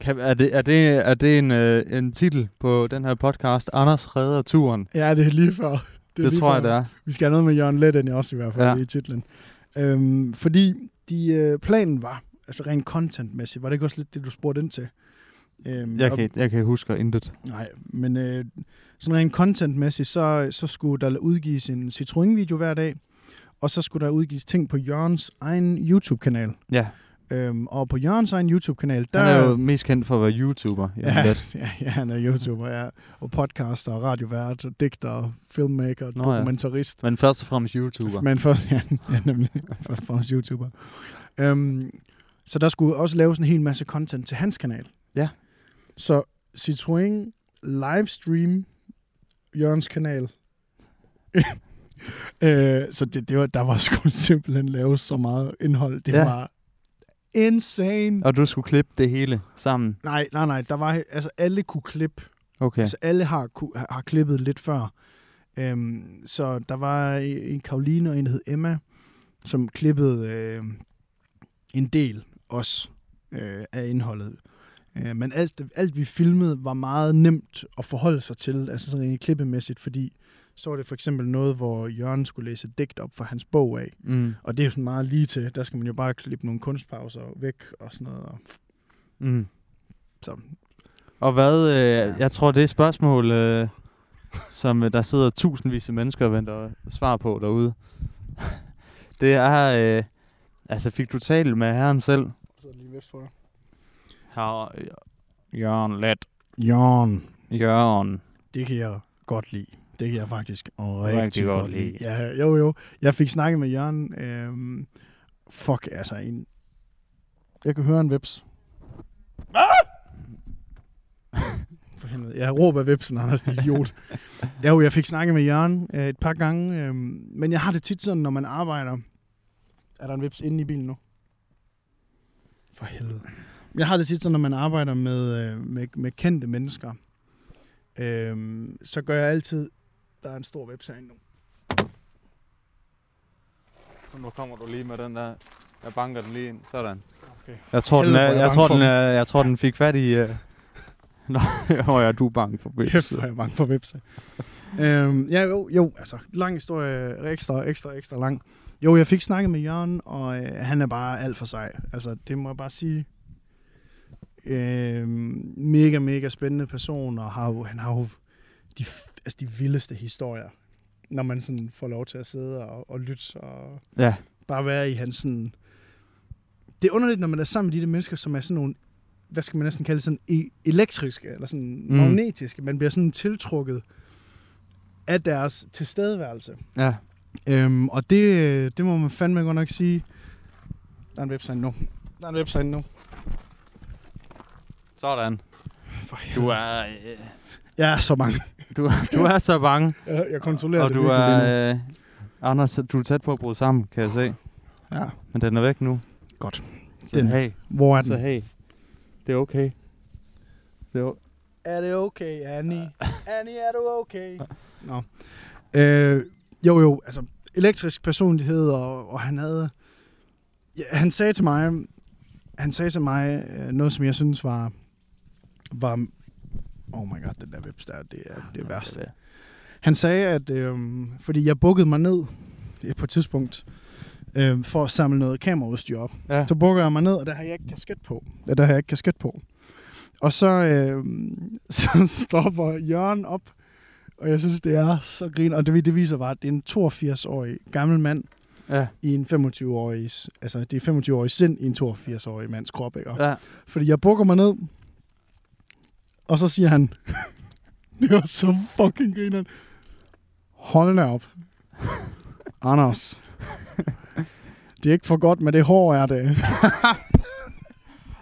B: Kan, er, det, er, det, er det en, øh, en titel på den her podcast? Anders redder turen. Det,
A: Ja, det er lige før. er
B: det
A: lige
B: tror jeg,
A: før.
B: det er.
A: Vi skal have noget med Jørgen Letten også i hvert fald
B: Ja.
A: ja. i titlen. Øhm, fordi de, øh, planen var, altså rent contentmæssigt, var det ikke også lidt det, du spurgte ind til? Øhm,
B: Jeg
A: og-
B: kan, jeg kan huske intet.
A: Nej, men øh, sådan rent contentmæssigt, så, så skulle der udgives en Citroën-video hver dag, og så skulle der udgives ting på Jørgens egen YouTube-kanal.
B: Ja,
A: Øhm, og på Jørgens egen YouTube-kanal, der...
B: han er jo mest kendt for at være YouTuber.
A: Ja,
B: Ja.
A: [laughs] ja, ja, han er YouTuber, ja. Og podcaster, og radiovært, og digter, og filmmaker, og
B: Nå ja.
A: dokumentarist.
B: Men først og fremmest YouTuber.
A: Men først, [laughs] ja, ja nemlig, først og fremmest YouTuber. Øhm, så der skulle også laves en hel masse content til hans kanal.
B: Ja.
A: Så Citroën livestream Jørgens kanal. [laughs] øh, så det, det var, der var sgu [laughs] simpelthen lavet så meget indhold. Det
B: Ja.
A: ja. var insane.
B: Og du skulle klippe det hele sammen.
A: Nej, nej, nej. Der var, altså, alle kunne klippe
B: Okay.
A: Altså alle har, ku- har har klippet lidt før. Øhm, så der var en Karoline og en der hed Emma, som klippede øh, en del også øh, af indholdet. Øh, men alt, alt vi filmede var meget nemt at forholde sig til, altså sådan rent klippemæssigt, fordi så var det for eksempel noget, hvor Jørgen skulle læse et digt op fra hans bog af.
B: Mm.
A: Og det er jo sådan meget lige til. Der skal man jo bare klippe nogle kunstpauser væk og sådan noget. Og
B: Mm.
A: så.
B: Og hvad, øh,
A: Ja.
B: jeg tror, det er et spørgsmål, øh, som øh, der sidder tusindvis af mennesker og venter svar på derude. [laughs] det er, øh, altså fik du talt med herren selv?
A: Så lige væk på dig.
B: Her, Jørgen Let.
A: Jørgen.
B: Jørgen.
A: Det kan jeg godt lide. Det kan jeg faktisk rigtig,
B: Rigtig
A: rigtig
B: godt
A: godt,
B: lide.
A: lide. Ja, jo, jo. Jeg fik snakket med Jørgen. Øhm, fuck, altså en... Jeg kan høre en vips. [laughs] For helvede. Jeg råber vipsen, Anders, det er idiot. [laughs] ja, jo, jeg fik snakket med Jørgen øh, et par gange. Øh, men jeg har det tit sådan, når man arbejder. Er der en vips inde i bilen nu? For helvede. Jeg har det tit sådan, når man arbejder med, øh, med, med kendte mennesker. Øhm, så gør jeg altid... Der er en stor website nu.
B: Nu kommer du lige med den der, jeg banker den lige ind, sådan.
A: Okay.
B: Jeg tror, den er,
A: Helvede, hvor er jeg bange for
B: jeg, tror, den er, jeg tror, den fik fat i... Øh... [laughs] Nå, hvor er du bange for
A: Kæft,
B: Bips?
A: hvor er jeg bange for website. øhm, ja, jo, jo, altså, lang historie, ekstra, ekstra, ekstra lang. Jo, jeg fik snakket med Jørgen, og øh, han er bare alt for sej. Altså, det må jeg bare sige. Øhm, mega, mega spændende person, og har jo, han har jo de, f- altså, de vildeste historier, når man sådan får lov til at sidde og, og lytte og
B: Ja,
A: bare være i hans sådan... Det er underligt, når man er sammen med de der mennesker, som er sådan nogle, hvad skal man næsten kalde det, sådan e- elektriske, eller sådan
B: Mm.
A: mm. magnetiske. Man bliver sådan tiltrukket af deres tilstedeværelse.
B: ja.
A: Øhm, og det, øh, det må man fandme godt nok sige. Der er en website nu. Der er en website nu.
B: Sådan.
A: For
B: Du er... Øh...
A: Jeg er så mange.
B: Du, du er så bange,
A: Jeg, jeg kontrollerer
B: og
A: det
B: du
A: virkelig lige nu.
B: er... Øh, Anders, du er tæt på at bryde sammen, kan jeg se.
A: Ja.
B: Men den er væk nu.
A: Godt.
B: Så
A: Den-
B: hey,
A: Hvor er
B: så
A: den?
B: hey. Det er okay. Det er, o-
A: Er det okay, Annie? Annie, er du okay? [laughs] Nå. Øh, jo, jo, altså elektrisk personlighed, og, og han havde... Ja, han sagde til mig, han sagde til mig øh, noget, som jeg synes var... var oh my god, den der webster, det er Ah, det er værst. Han sagde, at øh, fordi jeg bukkede mig ned øh, på et tidspunkt, øh, for at samle noget kameraudstyr op.
B: Ja.
A: Så bukker jeg mig ned, og der har jeg ikke kasket på. Ja, der har jeg ikke kasket på. Og så, øh, [laughs] så stopper Jørgen op, og jeg synes, det er så grin. Og det, det viser bare, at det er en 82-årig gammel mand
B: Ja.
A: i en 25-årig... Altså, det er 25-årig sind i en 82-årig mands krop, ikke? Og-
B: ja.
A: Fordi jeg bukker mig ned, og så siger han... [laughs] det var så fucking grineren. Hold da op. [laughs] Anders. Det er ikke for godt med det hår, er det?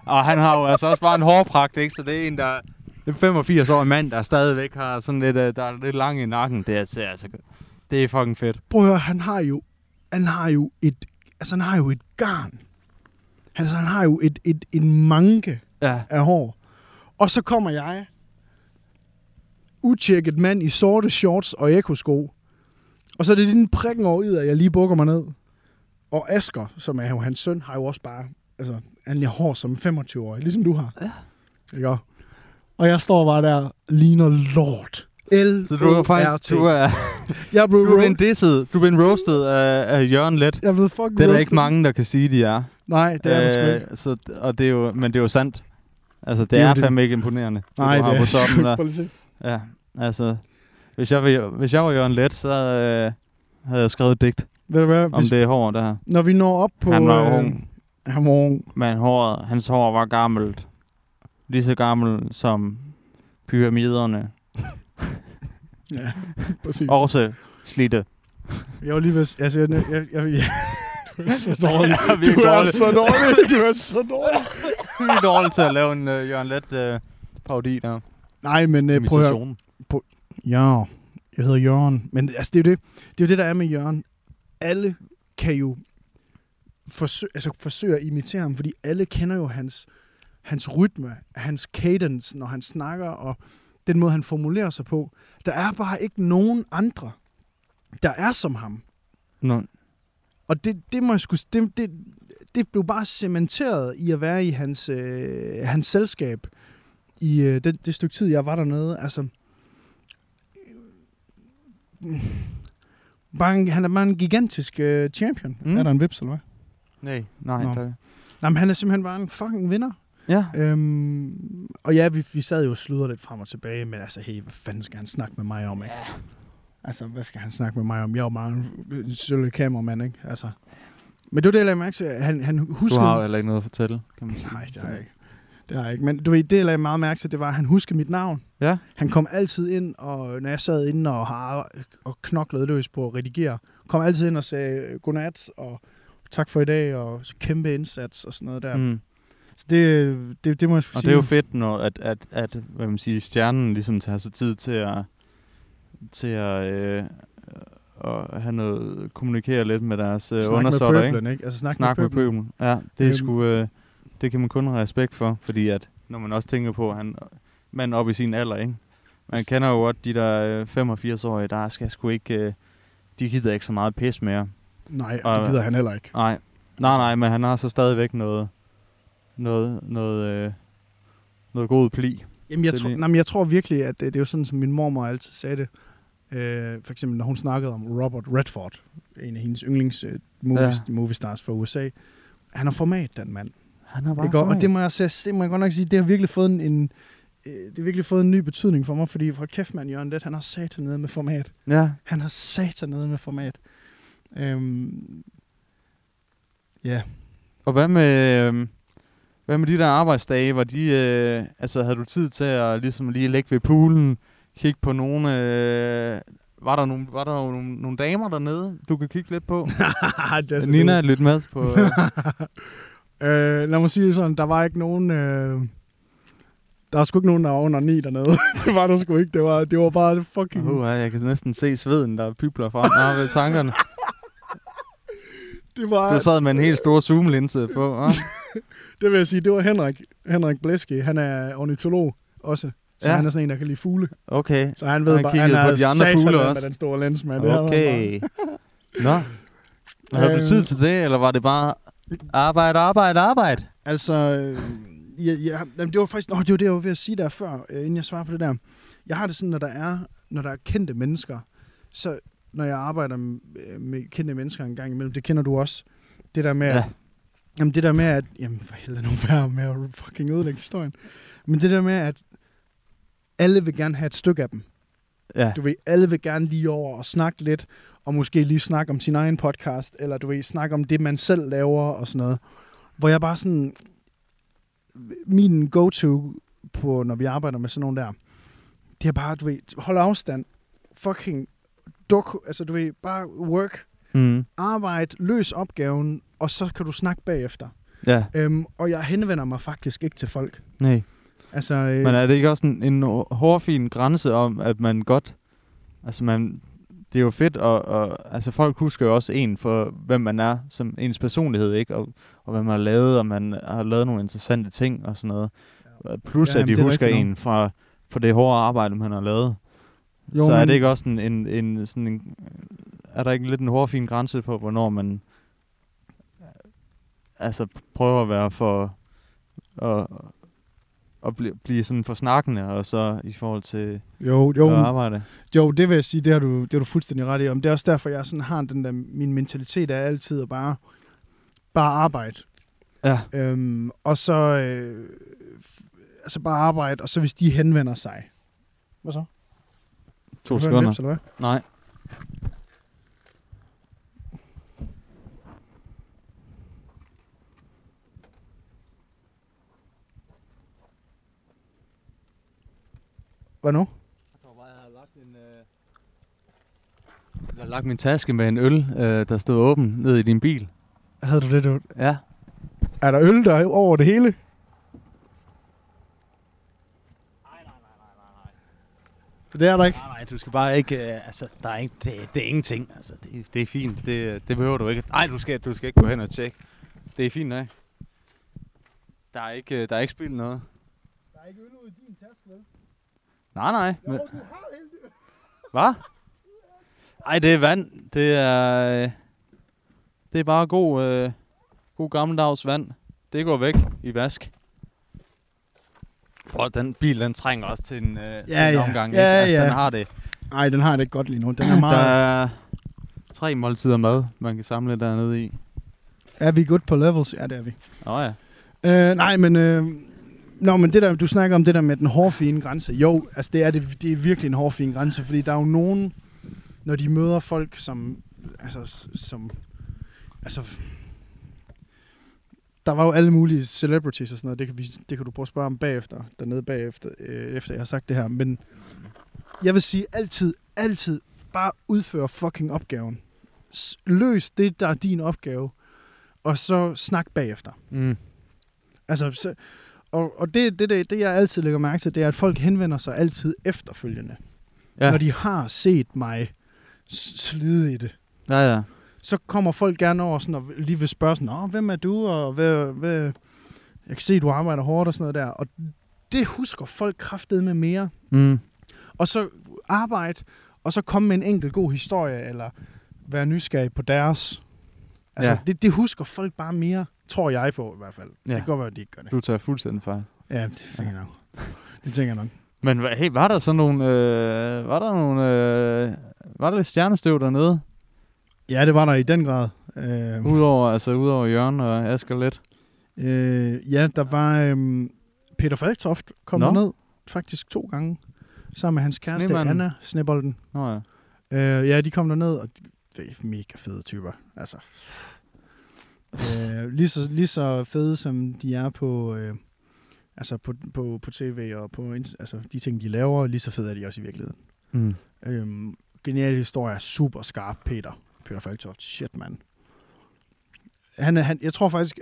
B: Og han har jo altså også bare en hårpragt, ikke? Så det er en, der... En 85 årig mand, der stadigvæk har sådan lidt, øh, der er lidt lang i nakken. Det er, ser altså, det er fucking fedt.
A: Prøv at høre, han har jo, han har jo et, altså han har jo et garn. Han, altså, han har jo et, et, en manke
B: Ja.
A: af hår. Og så kommer jeg, utjekket mand i sorte shorts og ekosko. Og så er det sådan prikken over i, at jeg lige bukker mig ned. Og Asker, som er jo hans søn, har jo også bare, altså, han er hår som 25-årig, ligesom du har. Ja. Ikke? også? Og jeg står bare der, ligner lort. L
B: Så du er faktisk... Du er,
A: jeg blev,
B: du er blevet disset. Du er blevet roasted af, af Jørgen Let.
A: jeg blev fucking
B: Det er der
A: roasted.
B: ikke mange, der kan sige, de er.
A: Nej, det er øh, det sgu ikke.
B: Øh, så, og det er jo, men det er jo sandt. Altså, det,
A: Det er jo
B: er
A: det.
B: fandme ikke imponerende. det
A: Nej,
B: du
A: det
B: har øh,
A: er
B: på
A: det sgu [laughs]
B: toppen
A: ikke.
B: der.
A: Prøv lige at se.
B: Ja, altså... Hvis jeg, var, hvis jeg var Jørgen Let, så øh, havde jeg skrevet et digt
A: Ved du hvad,
B: om
A: hvis,
B: det hår, der her.
A: når vi når op på...
B: Han var
A: øh,
B: ung,
A: Han var ung.
B: men håret, hans hår var gammelt. Lige så gammelt som pyramiderne. [laughs]
A: Ja, præcis. Og,
B: Også slidte.
A: jeg var lige ved... at s- Altså, jeg, jeg, jeg, jeg,
B: [laughs]
A: [laughs] du er så dårlig.
B: Jeg er virkelig
A: Du er
B: dårlig.
A: så
B: [laughs]
A: dårlig. Du er så dårlig.
B: Det er dårligt til at lave en uh, Jørgen Let uh, parodi der.
A: Nej, men øh, prøv at høre.
B: Imitation.
A: Ja, jeg hedder Jørgen. Men altså, det er jo det, det, er jo det der er med Jørgen. Alle kan jo forsø- altså, forsøge at imitere ham, fordi alle kender jo hans, hans rytme, hans cadence, når han snakker, og den måde, han formulerer sig på. Der er bare ikke nogen andre, der er som ham.
B: Nå,
A: Og det, det, må jeg sgu, det, det, det blev bare cementeret i at være i hans, øh, hans selskab i øh, det, det stykke tid, jeg var dernede. Altså, øh, bare en, han er bare en gigantisk øh, champion.
B: Mm.
A: Mm. Er der en vips, eller hvad?
B: nej, nej.
A: Nå.
B: Tak.
A: Nej, men han er simpelthen bare en fucking vinder.
B: Ja,
A: Øhm, og ja, vi, vi sad jo og sludrede lidt frem og tilbage, men altså, hey, hvad fanden skal han snakke med mig om, ikke? Altså, hvad skal han snakke med mig om? Jeg er jo bare en en sølle kameramand, ikke? Altså. Men det var det, jeg lagde mærke til. Han, han
B: du
A: huskede...
B: har jo heller ikke noget at fortælle, kan man sige.
A: Nej, det har jeg ikke. Det har jeg ikke. Men du ved, det, jeg lagde meget mærke til, det var, at han huskede mit navn.
B: Ja.
A: Han kom altid ind, og når jeg sad inde og, har, og knoklede løs på at redigere, kom altid ind og sagde godnat, og tak for i dag, og kæmpe indsats og sådan noget der. Mm.
B: Mm.
A: Så det, det, det må jeg sige.
B: Og det er jo fedt, når at, at, at hvad man siger, stjernen ligesom tager sig tid til at, til at, øh, at have noget, kommunikere lidt med deres øh,
A: Snak
B: undersåtter, ikke?
A: pøblen, ikke? Altså, snak,
B: Snak med
A: pøblen.
B: pøblen. Ja, det, er
A: Øhm.
B: sgu, øh, det kan man kun have respekt for, fordi at, når man også tænker på, at han mand op i sin alder, ikke? Man
A: Best-
B: kender jo godt de der øh, 85-årige, der skal sgu ikke, øh, de gider ikke så meget pis mere.
A: Nej, og
B: Og-
A: det gider han heller ikke.
B: Nej, nej, nej, men han har så stadigvæk noget, noget, noget, øh, noget god pli.
A: Jamen, jeg,
B: Det er
A: tror,
B: lige-
A: nej, men jeg tror virkelig, at det, det er jo sådan, som min mormor altid sagde det. Øh, for eksempel, når hun snakkede om Robert Redford, en af hendes yndlings øh, movies,
B: Ja.
A: ja. movie stars fra USA. Han har format, den mand.
B: Han har bare
A: Ikke? Og- Og
B: format.
A: det må jeg, også- det må jeg godt nok sige, det har virkelig fået en, en øh, det har virkelig fået en ny betydning for mig, fordi for kæft mand, Jørgen Let, han har sat nede med format.
B: Ja,
A: Han har sat nede med format. Øhm, [laughs] ja,
B: og hvad med, øhm, hvad med de der arbejdsdage? Var de, øh, altså, havde du tid til at ligesom lige ligge ved poolen, kigge på nogle... Øh, var der, nogle, var der nogle, nogle damer dernede, du kan kigge
A: [laughs]
B: lidt på?
A: Altså, det er så
B: Altså, Nina, lyt med på...
A: [laughs]
B: Øh,
A: Øh, lad mig sige det sådan, der var ikke nogen... Øh, Der er sgu ikke nogen, der er under 9 dernede. [laughs] det var der sgu ikke. Det var, det var bare fucking...
B: Uh, jeg kan næsten se sveden, der pybler frem her ved tankerne.
A: Det var,
B: Du sad med en helt stor zoom-linse på.
A: [laughs]
B: Ah.
A: Det vil jeg sige, det var Henrik, Henrik Blæske. Han er ornitolog også. Så
B: Ja.
A: ja. han er sådan en, der kan lide fugle.
B: Okay,
A: Så han ved
B: Han
A: han bare, han
B: kiggede på de andre
A: satan
B: fugle
A: med
B: også.
A: den store lens med. Det havde han bare.
B: okay. Nå. Havde du
A: Øhm.
B: tid til det, eller var det bare
A: Øh,
B: arbejde, arbejde, arbejde?
A: Altså, øh, jeg, jeg, jamen, det var faktisk... Nå, det var det, jeg var ved at sige der før, øh, inden jeg svarer på det der. Jeg har det sådan, når der er, når der er kendte mennesker, så når jeg arbejder med, med kendte mennesker en gang imellem, det kender du også, det der med, ja.
B: Ja.
A: at, jamen det der med, at, jamen for helvede nu være med at fucking ødelægge historien, men det der med, at alle vil gerne have et stykke af dem.
B: Ja,
A: Du ved, alle vil gerne lige over og snakke lidt, og måske lige snakke om sin egen podcast, eller du ved, snakke om det, man selv laver og sådan noget. Hvor jeg bare sådan... Min go-to, på, når vi arbejder med sådan nogle der, det er bare, du ved, hold afstand, fucking duk, altså du ved, bare work,
B: mm.
A: arbejde, løs opgaven, og så kan du snakke bagefter.
B: ja.
A: Øhm, og jeg henvender mig faktisk ikke til folk.
B: nej.
A: Altså, øh,
B: Men er det ikke også en, en hårfin grænse om, at man godt... Altså, man, det er jo fedt, og, og altså, folk husker jo også en for, hvem man er, som ens personlighed, ikke? Og, og hvad man har lavet, og man har lavet nogle interessante ting og sådan noget. Og Plus,
A: Ja,
B: ja,
A: jamen,
B: at de
A: det er
B: husker
A: rigtigt nok.
B: en fra, fra det hårde arbejde, man har lavet.
A: Jo,
B: Jo, så er
A: men-
B: det ikke også en, en, en, sådan en... Er der ikke lidt en hårfin grænse på, hvornår man øh, altså prøver at være for at, at blive, blive sådan for snakkende, og så i forhold til
A: jo, jo,
B: jo. at arbejde.
A: Jo, det vil jeg sige, det har du, det har du fuldstændig ret i. Om det er også derfor, jeg sådan har den der, min mentalitet er altid at bare, bare arbejde.
B: Ja,
A: Øhm, og så, øh, f- altså bare arbejde, og så hvis de henvender sig. Hvad så?
B: to
A: Har du hørt en
B: sekunder.
A: Lips, eller hvad?
B: Nej.
A: hvad nu?
B: Jeg tror bare, jeg havde lagt en... Øh... Jeg havde lagt min taske med en øl, øh, der stod åben ned i din bil.
A: Havde du det? Du?
B: Ja.
A: Er der øl der er over det hele? Det er der ikke.
B: Nej, nej, du skal bare ikke, øh, altså, der er ikke, det, det er ingenting, altså, det, det er fint, det, øh, det behøver du ikke. Nej, du skal, du skal ikke gå hen og tjekke. Det er fint, nej. Der er ikke, øh, der er ikke spildt noget.
A: Der er ikke øl ud i din taske, vel?
B: Nej, nej. Men,
A: du har øl.
B: hvad? Ej, det er vand. Det er, øh, det er bare god, øh, god gammeldags vand. Det går væk i vask. Og den bil, den trænger også til en, øh, ja, til en
A: ja.
B: omgang,
A: Ja,
B: ikke? Altså,
A: ja.
B: den har det.
A: Nej, den har jeg det ikke godt lige nu. Den er
B: [laughs] Der
A: meget...
B: er tre måltider mad, man kan samle dernede i.
A: Er vi godt på levels? Ja, det er vi.
B: Nå ja.
A: Øh, nej, men... Øh, nå, men det der, du snakker om det der med den hårfine grænse. Jo, altså det er, det, det er virkelig en hårfin grænse, fordi der er jo nogen, når de møder folk, som... Altså, s- som... Altså... Der var jo alle mulige celebrities og sådan noget. Det kan, vi, det kan du prøve at spørge om bagefter, dernede bagefter, øh, efter jeg har sagt det her. Men jeg vil sige altid, altid, bare udfør fucking opgaven. S- løs det, der er din opgave, og så snak bagefter.
B: Mm.
A: Altså, så, og, og det, det, det, det, jeg altid lægger mærke til, det er, at folk henvender sig altid efterfølgende. Ja.
B: Ja.
A: Når de har set mig s- slide i det,
B: Ja, ja.
A: så kommer folk gerne over sådan, og lige vil spørge sådan, Nå, hvem er du, og hvad, hvad, jeg kan se, du arbejder hårdt og sådan noget der. Og det husker folk kraftet med mere.
B: Mm.
A: Og så arbejde, og så komme med en enkelt god historie, eller være nysgerrig på deres. Altså, ja.
B: Ja.
A: det, det husker folk bare mere, tror jeg på i hvert fald. Ja.
B: Ja.
A: Det kan godt være, at de ikke gør det.
B: Du tager fuldstændig fejl.
A: Ja, det tænker jeg nok. Det tænker jeg nok.
B: Men hva- hey, var der sådan nogle... Øh, var der nogle... Øh, var der lidt stjernestøv dernede?
A: Ja, det var der i den grad. Øh,
B: Udover, altså, udover Jørgen og Asger lidt.
A: øh, ja, der var øh, Peter Falktoft kom
B: Nå.
A: no. ned faktisk to gange sammen med hans kæreste
B: Snemanden.
A: Anna Snebolden.
B: Nå ja.
A: Øh, ja, de kom derned, og de, det er mega fede typer. Altså. øh, lige, så, lige så fede, som de er på, øh, altså på, på, på tv og på ins- altså de ting, de laver, lige så fede er de også i virkeligheden.
B: Mm.
A: Øhm, genial historie, super skarp, Peter. Peter Falktoft, shit, mand. Han, er- han, jeg tror faktisk,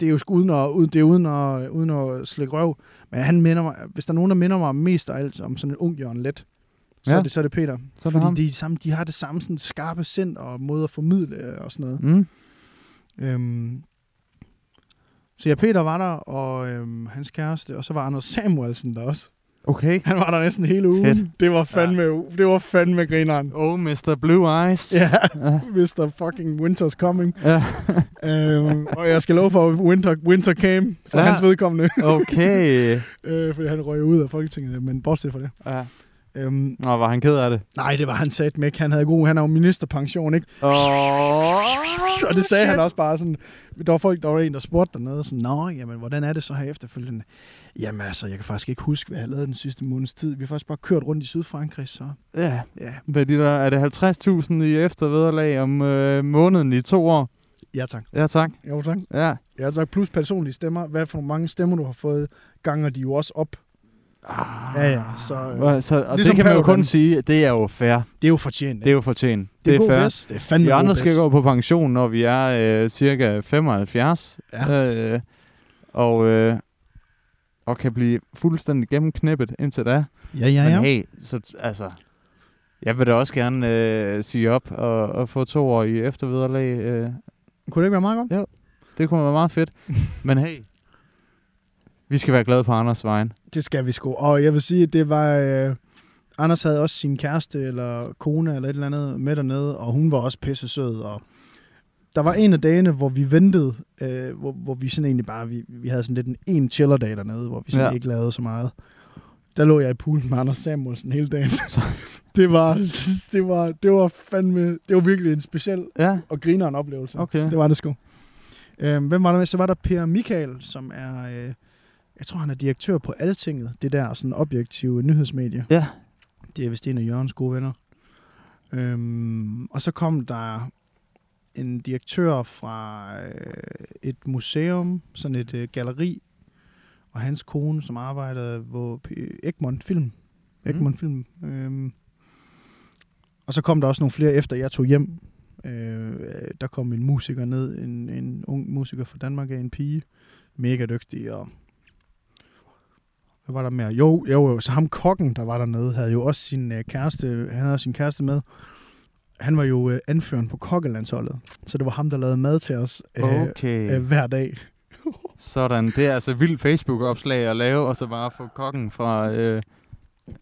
A: det er jo sgu uden at, uden, det er uden at, uden at slikke røv, men han minder mig, hvis der er nogen, der minder mig mest af alt om sådan en ung Jørgen Let, så,
B: Ja.
A: ja. er, det, så er det Peter.
B: Så er det ham.
A: Fordi de, er samme, de har det samme sådan, skarpe sind og måde at formidle øh, og sådan noget.
B: Mm.
A: Øhm, så ja, Peter var der, og øhm, hans kæreste, og så var Anders Samuelsen der også.
B: Okay.
A: Han var der næsten hele ugen.
B: Fedt.
A: Det var fandme, ja. det var fandme grineren.
B: Oh, Mr. Blue Eyes.
A: Ja,
B: Ja.
A: [laughs] Mr. fucking Winter's coming.
B: [laughs] Ja.
A: øhm, og jeg skal love for, at winter, winter came for
B: Ja.
A: ja. hans vedkommende. [laughs]
B: Okay.
A: øh, fordi han røg ud af Folketinget, men bortset fra det.
B: Ja.
A: Øhm,
B: Nå, var han ked af det.
A: nej, det var han sat med. Han havde god, han er jo ministerpension, ikke?
B: Oh.
A: Og det sagde han også bare sådan, der var folk, der var en, der spurgte dernede, sådan, nå, jamen, hvordan er det så her efterfølgende? Jamen altså, jeg kan faktisk ikke huske, hvad jeg lavede den sidste måneds tid. Vi har faktisk bare kørt rundt i Sydfrankrig, så
B: Ja.
A: ja,
B: Hvad er, de der, er det 50.000 i eftervederlag om øh, måneden i to år?
A: ja tak.
B: Ja, tak.
A: Jo tak.
B: Ja.
A: Ja tak, plus personlige stemmer. Hvad for mange stemmer, du har fået, ganger de jo også op.
B: Ah.
A: Ja, ja, så øh,
B: Hva- Så, og
A: Ligesom
B: ligesom det kan man jo
A: Paludan.
B: kun sige, det er jo fair.
A: det er jo fortjent.
B: Det er jo fortjent.
A: det er, god
B: fair.
A: bedst. Det er fandme
B: Vi
A: god
B: andre skal
A: bedst.
B: gå på pension, når vi er øh, cirka 75.
A: Ja.
B: Øh, og, øh, og kan blive fuldstændig gennemknæppet indtil da.
A: Ja, ja, ja.
B: Men hey, så, altså, jeg vil da også gerne øh, sige op og, og få to år i eftervederlag. Øh,
A: Kunne det ikke være meget godt?
B: det kunne være meget
A: [laughs]
B: fedt. Men hey, vi skal være glade på Anders vejen.
A: Det skal vi sgu. Og jeg vil sige, at det var... Øh, Anders havde også sin kæreste eller kone eller et eller andet med dernede, og hun var også pisse sød. Og der var en af dagene, hvor vi ventede, øh, hvor, hvor vi sådan egentlig bare... Vi, vi havde sådan lidt en, en chiller-dag dernede, hvor vi sådan
B: Ja.
A: ja. ikke lavede så meget. Der lå jeg i poolen med Anders Samuelsen hele
B: [laughs]
A: dagen. det, var, det, var, det var fandme... Det var virkelig en speciel
B: Ja,
A: og grineren oplevelse.
B: okay.
A: Det var det sgu. Øhm, hvem var der med? Så var der Per Michael, som er, øh, jeg tror han er direktør på Altinget, det der sådan objektive nyhedsmedie.
B: Ja.
A: Det er vist en af Jørgens gode venner. Øhm, og så kom der en direktør fra øh, et museum, sådan et øh, galleri, og hans kone, som arbejdede på P- Egmont Film. Egmont Film. Øhm, og så kom der også nogle flere, efter jeg tog hjem. Øh, der kom en musiker ned, en, en ung musiker fra Danmark, af, en pige. Mega dygtig, og hvad var der mere? Jo, jo, jo, så ham kokken, der var dernede, havde jo også sin øh, kæreste, han havde også sin kæreste med. Han var jo øh, anføren på kokkelandsholdet, så det var ham, der lavede mad til os øh,
B: Okay,
A: øh, hver dag.
B: sådan. Det er altså vildt Facebook-opslag at lave, og så bare få kokken fra øh,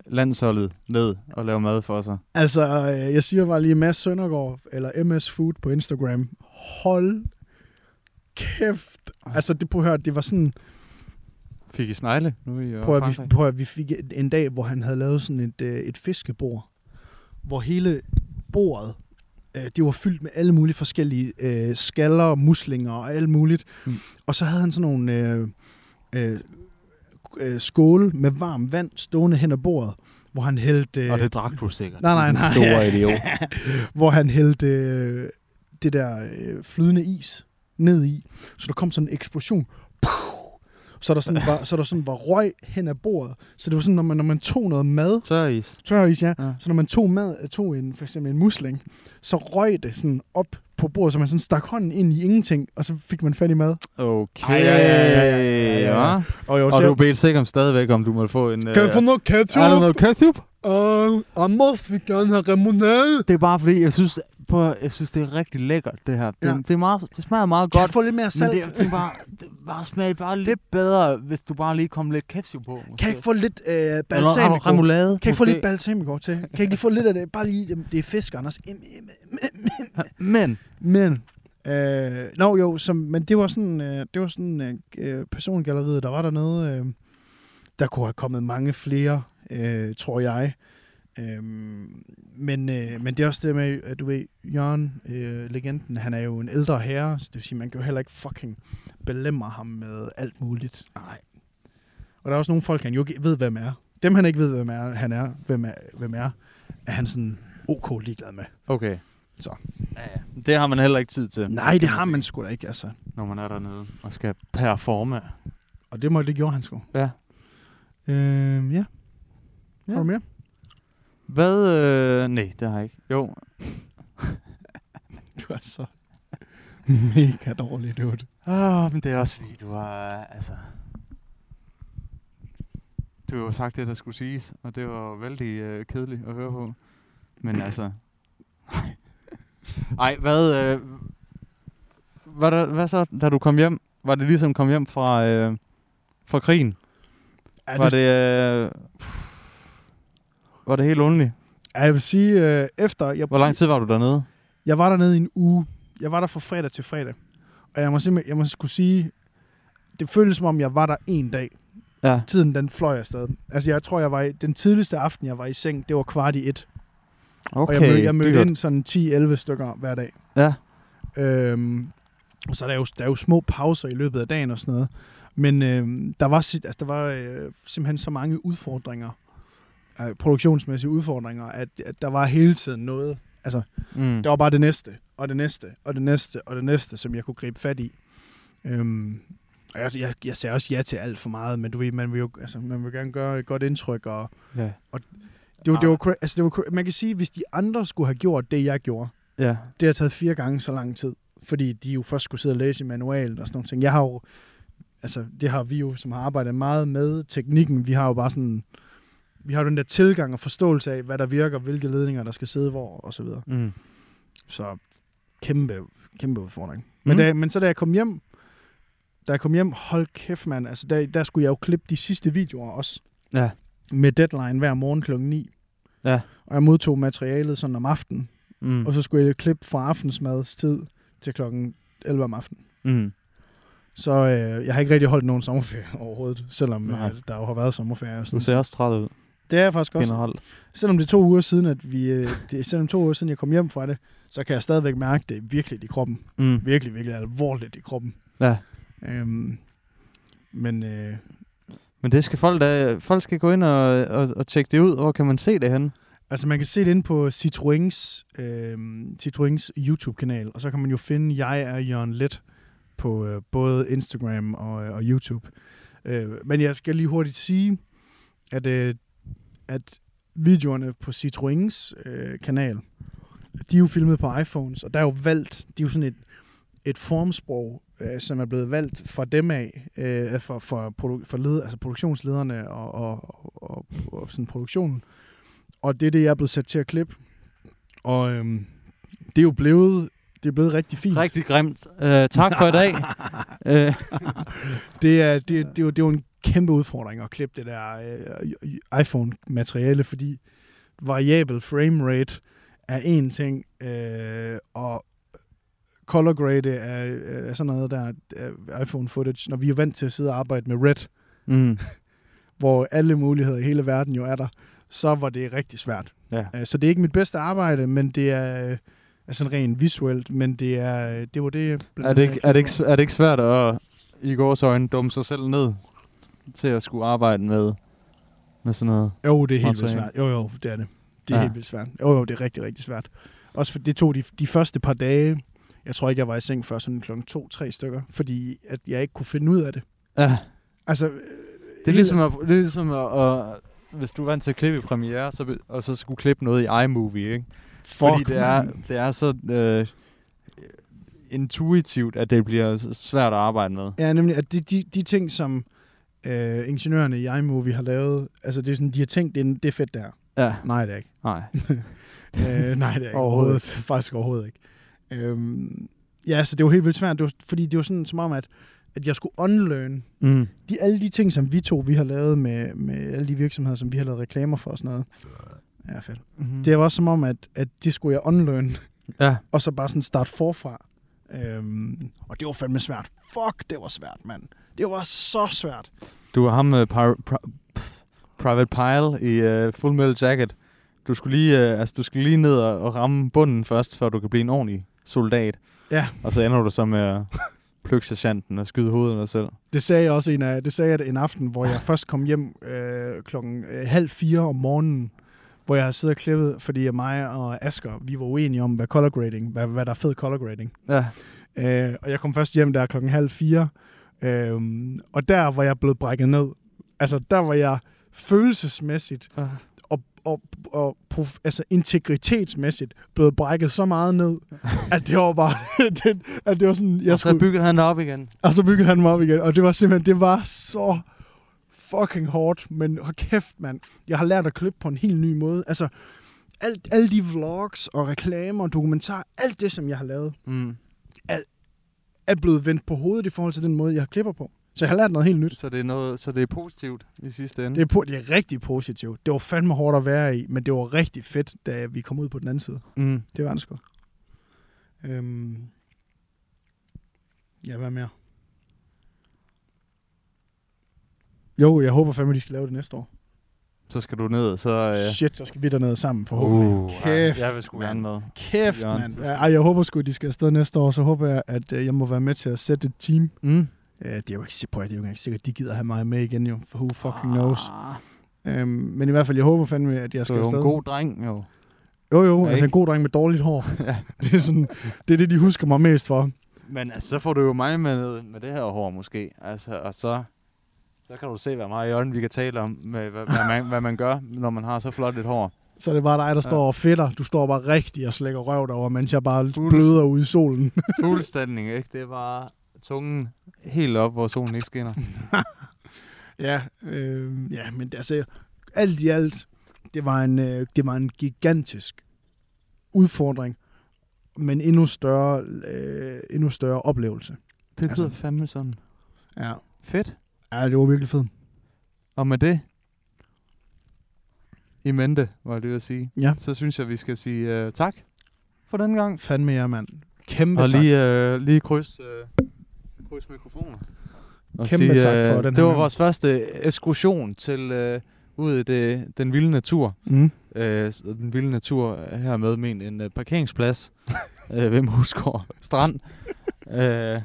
B: landsholdet ned og lave mad for sig.
A: Altså, øh, jeg siger bare lige Mads Søndergaard, eller MS Food på Instagram. Hold kæft. Altså, det, prøv at høre, det var sådan,
B: Fik I snegle nu i øh,
A: prøv at, vi,
B: Frankrig?
A: prøv at, vi fik et- en dag, hvor han havde lavet sådan et, øh, et fiskebord, hvor hele bordet, øh, det var fyldt med alle mulige forskellige øh, skaller, muslinger og alt muligt.
B: Mm.
A: Mm. Og så havde han sådan nogle øh, øh, øh, skåle med varmt vand stående hen ad bordet, hvor han hældte... Øh,
B: Og det drak du sikkert.
A: Nej, nej,
B: din
A: nej. [laughs]
B: Store idiot.
A: hvor han hældte øh, det der øh, flydende is ned i, så der kom sådan en eksplosion. Puh! Så der sådan var, så der sådan var røg hen ad bordet. Så det var sådan, når man, når man tog noget mad,
B: Tør is.
A: tør is, ja,
B: Ja.
A: så når man tog mad, tog en, for eksempel en musling, så røg det sådan op på bordet, så man sådan stak hånden ind i ingenting, og så fik man fat i mad.
B: Okay.
A: Ej, ja, ja, ja, ja, ja, ja.
B: ja.
A: Og, jeg var
B: Og
A: selv-
B: du bedte sikkert om stadigvæk, om du måtte få en... øh,
A: kan jeg få noget
B: Er der
A: ketchup?
B: noget ketchup?
A: Uh, Amos vil gerne have remonade.
B: Det er bare fordi, jeg synes, på, jeg synes det er rigtig lækkert, det her. Det,
A: Ja.
B: det, er meget, det smager meget
A: Kan jeg
B: godt.
A: få lidt mere
B: Men
A: salt?
B: det, det, er bare, det bare smager bare lidt bedre, hvis du bare lige kom lidt ketchup på. Måske.
A: Kan jeg ikke få lidt øh,
B: Eller
A: balsamico?
B: ram- remoulade?
A: Kan jeg få
B: måske.
A: lidt balsamico til? Kan jeg ikke lige få lidt af det? Bare lige, jamen, det er fisk, Anders. Jamen, jamen,
B: Men,
A: Men, øh, no, jo, som, men det var sådan, øh, det var sådan øh, øh, persongalleriet, der var dernede. Øh, der kunne have kommet mange flere, øh, tror jeg. Øh, men, øh, men det er også det med, at du ved, Jørgen, øh, legenden, han er jo en ældre herre, så det vil sige, man kan jo heller ikke fucking belemre ham med alt muligt. Nej. Og der er også nogle folk, han jo ikke ved, hvem er. Dem, han ikke ved, hvem er, han er, hvem er, hvem er, er han sådan ok ligeglad med.
B: okay.
A: Så.
B: Ja, ja. Det har man heller ikke tid til.
A: Nej, det har man sgu da ikke, altså.
B: Når man er dernede og skal performe.
A: Og det, må, det gjorde han sgu.
B: Ja.
A: Øhm, ja.
B: Ja.
A: Har [laughs] du mere?
B: Hvad? Øh, nej, det har jeg ikke. Jo,
A: Du er så... [laughs] Mega dårligt, dude.
B: Åh, oh, men det er også fordi, du har, altså... Du har jo sagt det, der skulle siges, og det var jo vældig øh, kedeligt at høre på. Men altså... Ej, hvad... Øh, var der, hvad så, da du kom hjem? Var det ligesom kom hjem fra, øh, fra krigen?
A: Ja,
B: Ja, var det... det øh, var det helt ondeligt?
A: Ja, jeg vil sige, øh, efter... Jeg,
B: Hvor lang tid var du dernede?
A: Jeg var dernede i en uge. Jeg var der fra fredag til fredag. Og jeg må simpelthen, jeg må skulle sige, det føltes som om, jeg var der en dag.
B: Ja.
A: Tiden, den fløj afsted. Altså, jeg tror, jeg var i, den tidligste aften, jeg var i seng, det var kvart i et.
B: Okay,
A: og jeg mødte, jeg mødte
B: dyrt.
A: ind sådan 10-11 stykker hver dag.
B: Ja.
A: Øhm, og så er der, jo, der er jo små pauser i løbet af dagen og sådan noget. Men øhm, der var, sit- altså, der var øh, simpelthen så mange udfordringer, øh, produktionsmæssige udfordringer, at, at der var hele tiden noget. Altså,
B: Mm.
A: der var bare det næste, og det næste, og det næste, og det næste, som jeg kunne gribe fat i. Øhm, og jeg, jeg, jeg sagde også ja til alt for meget, men du ved, man vil jo altså, man vil gerne gøre et godt indtryk. Og
B: Ja.
A: det, var, det var,
B: Ah.
A: cra- altså, det var, cra- man kan sige, hvis de andre skulle have gjort det, jeg gjorde,
B: ja.
A: det har taget fire gange så lang tid, fordi de jo først skulle sidde og læse i manualen og sådan nogle ting. Jeg har jo, altså det har vi jo, som har arbejdet meget med teknikken, vi har jo bare sådan, vi har jo den der tilgang og forståelse af, hvad der virker, hvilke ledninger, der skal sidde hvor, og så videre.
B: Mm.
A: Så kæmpe, kæmpe udfordring. Men,
B: Mm.
A: da, men så da jeg kom hjem, da jeg kom hjem, hold kæft mand, altså der, der skulle jeg jo klippe de sidste videoer også.
B: Ja.
A: Med deadline hver morgen kl. 9.
B: Ja.
A: Og jeg modtog materialet sådan om aftenen,
B: Mm.
A: mm. og så skulle jeg klippe fra aftensmadstid til klokken 11 om aftenen.
B: Mm.
A: Så øh, jeg har ikke rigtig holdt nogen sommerferie [laughs] overhovedet, selvom
B: Nej.
A: øh, der jo har været sommerferie. Og
B: Du
A: sådan.
B: ser også træt ud
A: Det er jeg faktisk også.
B: generelt.
A: Selvom det er to uger siden, at vi, øh, det er selvom to uger siden jeg kom hjem fra det, så kan jeg stadigvæk mærke det virkelig i kroppen.
B: Mm.
A: virkelig, virkelig alvorligt i kroppen.
B: Ja.
A: Øhm, men øh,
B: Men det skal folk da, folk skal gå ind og, og, og tjekke det ud. Hvor kan man se det henne?
A: altså man kan se det inde på Citroëns, øh, Citroëns YouTube-kanal, og så kan man jo finde, jeg er Jørgen Let på øh, både Instagram og, øh, og YouTube. Øh, men jeg skal lige hurtigt sige, at, øh, at videoerne på Citroëns øh, kanal, de er jo filmet på iPhones, og der er jo valgt, de er jo sådan et, et formsprog, øh, som er blevet valgt fra dem af, øh, for, for, produ- for led, altså produktionslederne og, og, og, og, og sådan produktionen. Og det er det, jeg er blevet sat til at klippe. Og øhm, det er jo blevet, det er blevet rigtig fint.
B: Rigtig grimt. Uh, tak for i
A: [laughs]
B: dag. uh,
A: Det er, det, det, er jo, det er jo en kæmpe udfordring at klippe det der øh, iPhone-materiale, fordi variabel framerate er en ting, øh, og color grade er, øh, er sådan noget der øh, iPhone-footage, når vi er vant til at sidde og arbejde med Red,
B: mm.
A: hvor alle muligheder i hele verden jo er der, så var det rigtig svært.
B: Ja.
A: Øh, Så det er ikke mit bedste arbejde, men det er øh, altså rent visuelt, men det er øh, det var det. øh, blandt
B: er,
A: andet,
B: det ikke,
A: jeg
B: er, det ikke,
A: klippede.
B: s- er det ikke svært at i gårs øjne dumme sig selv ned til at skulle arbejde med, med sådan noget?
A: Jo, det er helt vildt
B: materiale.
A: svært. Jo, jo, det er det. Det er
B: Ja.
A: ja. helt vildt svært. Jo, jo, det er rigtig, rigtig svært. Også for det tog de, de første par dage. Jeg tror ikke, jeg var i seng før sådan klokken to-tre stykker, fordi at jeg ikke kunne finde ud af det.
B: Ja.
A: Altså, øh,
B: Det er
A: hele-
B: ligesom, at, det er ligesom at, at, hvis du er vant til at klippe i premiere, så, vil- og så skulle klippe noget i iMovie, ikke? Fordi
A: Fuck,
B: det er,
A: mand.
B: det er så øh, intuitivt, at det bliver s- svært at arbejde med.
A: Ja, nemlig, at de, de, de ting, som øh, ingeniørerne i iMovie har lavet, altså det er sådan, de har tænkt, det er, det er fedt der.
B: Ja,
A: Nej, det er ikke.
B: nej.
A: øh, [laughs] nej, det er ikke
B: Overhovedet
A: overhovedet. Faktisk overhovedet ikke. Øhm, ja, så det var helt vildt svært, det var, fordi det var sådan som om, at, at jeg skulle unlearn
B: Mm.
A: de, alle de ting, som vi to vi har lavet med, med alle de virksomheder, som vi har lavet reklamer for og sådan noget. Ja, fedt.
B: Mm.
A: Det var også som om, at, at det skulle jeg unlearn,
B: Ja.
A: og så bare sådan starte forfra. Øhm, og det var fandme svært. Fuck, det var svært, mand. Det var så svært.
B: Du var ham med par, pra, pff, Private Pile i uh, Full Metal Jacket. Du skulle lige, uh, altså, du skulle lige ned og, og ramme bunden først, før du kan blive en ordentlig soldat.
A: Ja.
B: Og så ender du så med at plukke sergeanten og skyde hovedet af dig selv.
A: Det sagde jeg også en, af, det sagde jeg en aften, hvor jeg først kom hjem øh, klokken øh, halv fire om morgenen, hvor jeg har siddet og klippet, fordi mig og Asger, vi var uenige om, hvad color grading, hvad, hvad der er fed color grading.
B: Ja.
A: Øh, og jeg kom først hjem der klokken halv fire. Øh, og der var jeg blevet brækket ned. Altså, der var jeg følelsesmæssigt
B: Ah.
A: og, og, og prof, altså integritetsmæssigt blevet brækket så meget ned, at det var bare, [laughs] det, at det var sådan, jeg
B: og så
A: skulle,
B: byggede han det op igen.
A: og så byggede han mig op igen, og det var simpelthen, det var så fucking hårdt, men hold kæft, mand. Jeg har lært at klippe på en helt ny måde. Altså, alt, alle de vlogs og reklamer og dokumentarer, alt det, som jeg har lavet,
B: Mm.
A: er blevet vendt på hovedet i forhold til den måde, jeg klipper på. Så jeg har lært noget helt nyt.
B: Så, det er noget, så det er positivt i sidste ende.
A: Det er, på, det er rigtig positivt. Det var fandme hårdt at være i, men det var rigtig fedt, da vi kom ud på den anden side.
B: Mm.
A: Det var det sgu. Øhm. Ja, hvad mere? Jo, jeg håber fandme, de skal lave det næste år.
B: Så skal du ned, så...
A: Ja.
B: Øh,
A: Shit, så skal vi dernede sammen forhåbentlig.
B: uh,
A: Kæft,
B: ej, jeg vil sgu gerne med.
A: Kæft,
B: Jørgen,
A: mand.
B: så skal-
A: Ja, Ej, jeg håber sgu, de skal afsted næste år. Så håber jeg, at øh, jeg må være med til at sætte et team.
B: Mm.
A: Øh, det er jo ikke, si- prøv, at- det er jo ikke sikkert, de gider have mig med igen jo. For who
B: Ah.
A: fucking knows. Øhm, men i hvert fald, jeg håber fandme, at jeg
B: Du
A: skal
B: er jo
A: afsted.
B: en god dreng, jo.
A: Jo, jo,
B: Ja,
A: altså en
B: ikke?
A: god dreng med dårligt
B: [laughs]
A: hår.
B: ja.
A: Det er, sådan, det er det, de husker mig mest for.
B: Men altså, så får du jo mig med, med det her hår måske. Altså, og så, så kan du se, hvad meget i øjnene vi kan tale om, med, hvad, hvad, man, hvad man gør, når man har så flot et hår.
A: Så er det bare dig, der står
B: Ja.
A: og fedter. Du står bare rigtig og slækker røv derovre, mens jeg bare
B: Fuld-
A: bløder ude i solen. [laughs]
B: Fuldstændig, ikke? Det er bare tungen helt op, hvor solen ikke skinner.
A: ja, øh, ja, men altså, alt i alt, det var en, øh, det var en gigantisk udfordring, men endnu større, øh, endnu større oplevelse.
B: Det lyder
A: Altså-
B: altså. fandme sådan
A: Ja.
B: fedt.
A: ja, det var virkelig fedt.
B: Og med det, i mente, var det at sige,
A: Ja.
B: så synes jeg, vi skal sige uh, tak for den gang.
A: Fandme jer, mand. Kæmpe
B: Og
A: tak.
B: lige, øh, lige kryds, øh, kryds mikrofoner. Og øh,
A: Kæmpe tak for den her
B: Det var
A: gang.
B: vores første ekskursion til øh, ud i det, den vilde natur.
A: Mm.
B: Øh, s- den vilde natur er hermed ment en øh, [laughs] parkeringsplads øh, ved Musgård [laughs] Strand. øh,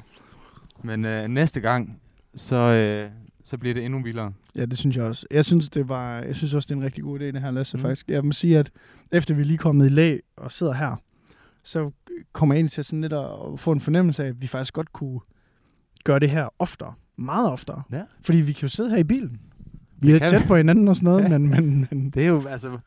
B: men øh, næste gang, så, øh, så bliver det endnu vildere.
A: Ja, det synes jeg også. Jeg synes, det var, jeg synes også, det er en rigtig god idé, det her, Lasse,
B: Mm.
A: mm. faktisk. Jeg må sige, at efter vi er lige er kommet i lag og sidder her, så kommer jeg ind til sådan lidt at få en fornemmelse af, at vi faktisk godt kunne gøre det her oftere. Meget oftere.
B: Ja.
A: Fordi vi kan jo sidde her i bilen. Vi er
B: kan
A: tæt
B: vi.
A: på hinanden og sådan noget,
B: Ja.
A: men, men, men
B: Det er jo altså...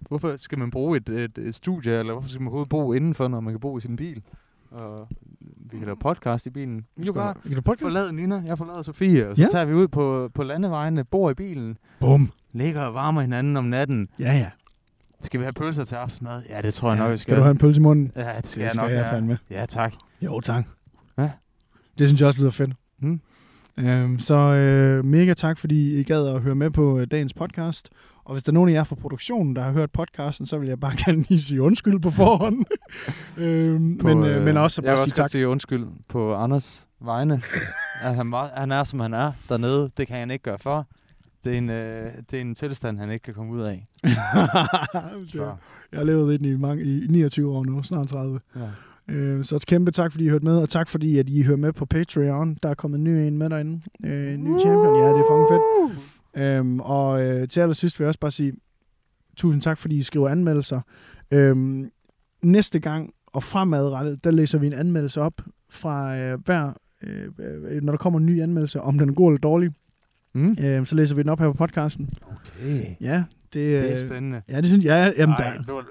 B: Hvorfor skal man bruge et, et, et studie, eller hvorfor skal man overhovedet bo indenfor, når man kan bo i sin bil? Og vi kan lave podcast i bilen. Vi kan bare
A: Kan du podcast?
B: forlade Nina, jeg forlader Sofie, og så ja.
A: Ja.
B: tager vi ud på, på landevejene, bor i bilen,
A: Bum.
B: ligger og varmer hinanden om natten.
A: Ja, ja.
B: Skal vi have pølser til aftensmad? Ja, det tror jeg nok,
A: ja.
B: vi
A: Skal du have en pølse i munden?
B: Ja, det skal,
A: Det
B: jeg
A: skal
B: nok.
A: jeg
B: ja.
A: fandme.
B: Ja, tak.
A: Jo, tak.
B: Ja.
A: Det synes jeg også lyder fedt.
B: Mm.
A: Øhm, så øh, mega tak, fordi I gad at høre med på øh, dagens podcast. Og hvis der er nogen af jer fra produktionen, der har hørt podcasten, så vil jeg bare [laughs] gerne lige sige undskyld på
B: [laughs]
A: forhånd. øhm,
B: På,
A: men, øh, men også
B: jeg
A: bare
B: vil
A: sige
B: også godt
A: tak.
B: sige undskyld på Anders vegne. at han, var, han er, som han er dernede. Det kan han ikke gøre for. Det er en, øh, det er en tilstand, han ikke kan komme ud af.
A: [laughs] Det-
B: Så,
A: jeg har levet i den i, mange, i 29 år nu, snart 30.
B: ja.
A: Øh, så et kæmpe tak, fordi I hørte med, og tak fordi, at I hører med på Patreon. Der er kommet en ny en med derinde. Øh, en ny champion. Ja, det er fucking fedt. Øhm, og øh, til allersidst vil jeg også bare sige, tusind tak, fordi I skriver anmeldelser. Øhm, næste gang og fremadrettet, der læser vi en anmeldelse op fra øh, hver, øh, øh, når der kommer en ny anmeldelse, om den er god eller dårlig,
B: Mm.
A: øh, så læser vi den op her på podcasten.
B: Okay.
A: Ja, det, øh,
B: Det er spændende.
A: Ja, det synes jeg. Ja, jamen,
B: Ej,
A: der,
B: du,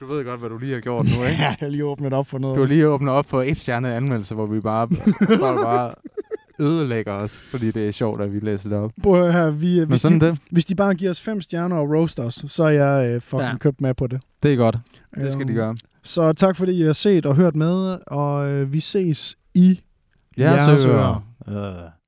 B: du ved godt, hvad du lige har gjort
A: [laughs]
B: nu, ikke?
A: ja, jeg har lige åbnet op for noget.
B: Du har lige åbnet op for et stjernet anmeldelse, hvor
A: [laughs]
B: vi bare, bare, bare ødelægger os, fordi det er sjovt, at vi læser det op.
A: Prøv at høre her, vi, øh,
B: Men
A: hvis,
B: sådan
A: de,
B: det.
A: hvis de bare giver os fem stjerner og roaster os, så er jeg øh, fucking
B: Ja.
A: ja. købt med på det.
B: Det er godt. Det skal
A: Øhm,
B: de gøre.
A: Så tak fordi I har set og hørt med, og øh, vi ses i
B: Ja,
A: Jeres
B: så
A: ører.
B: Øh.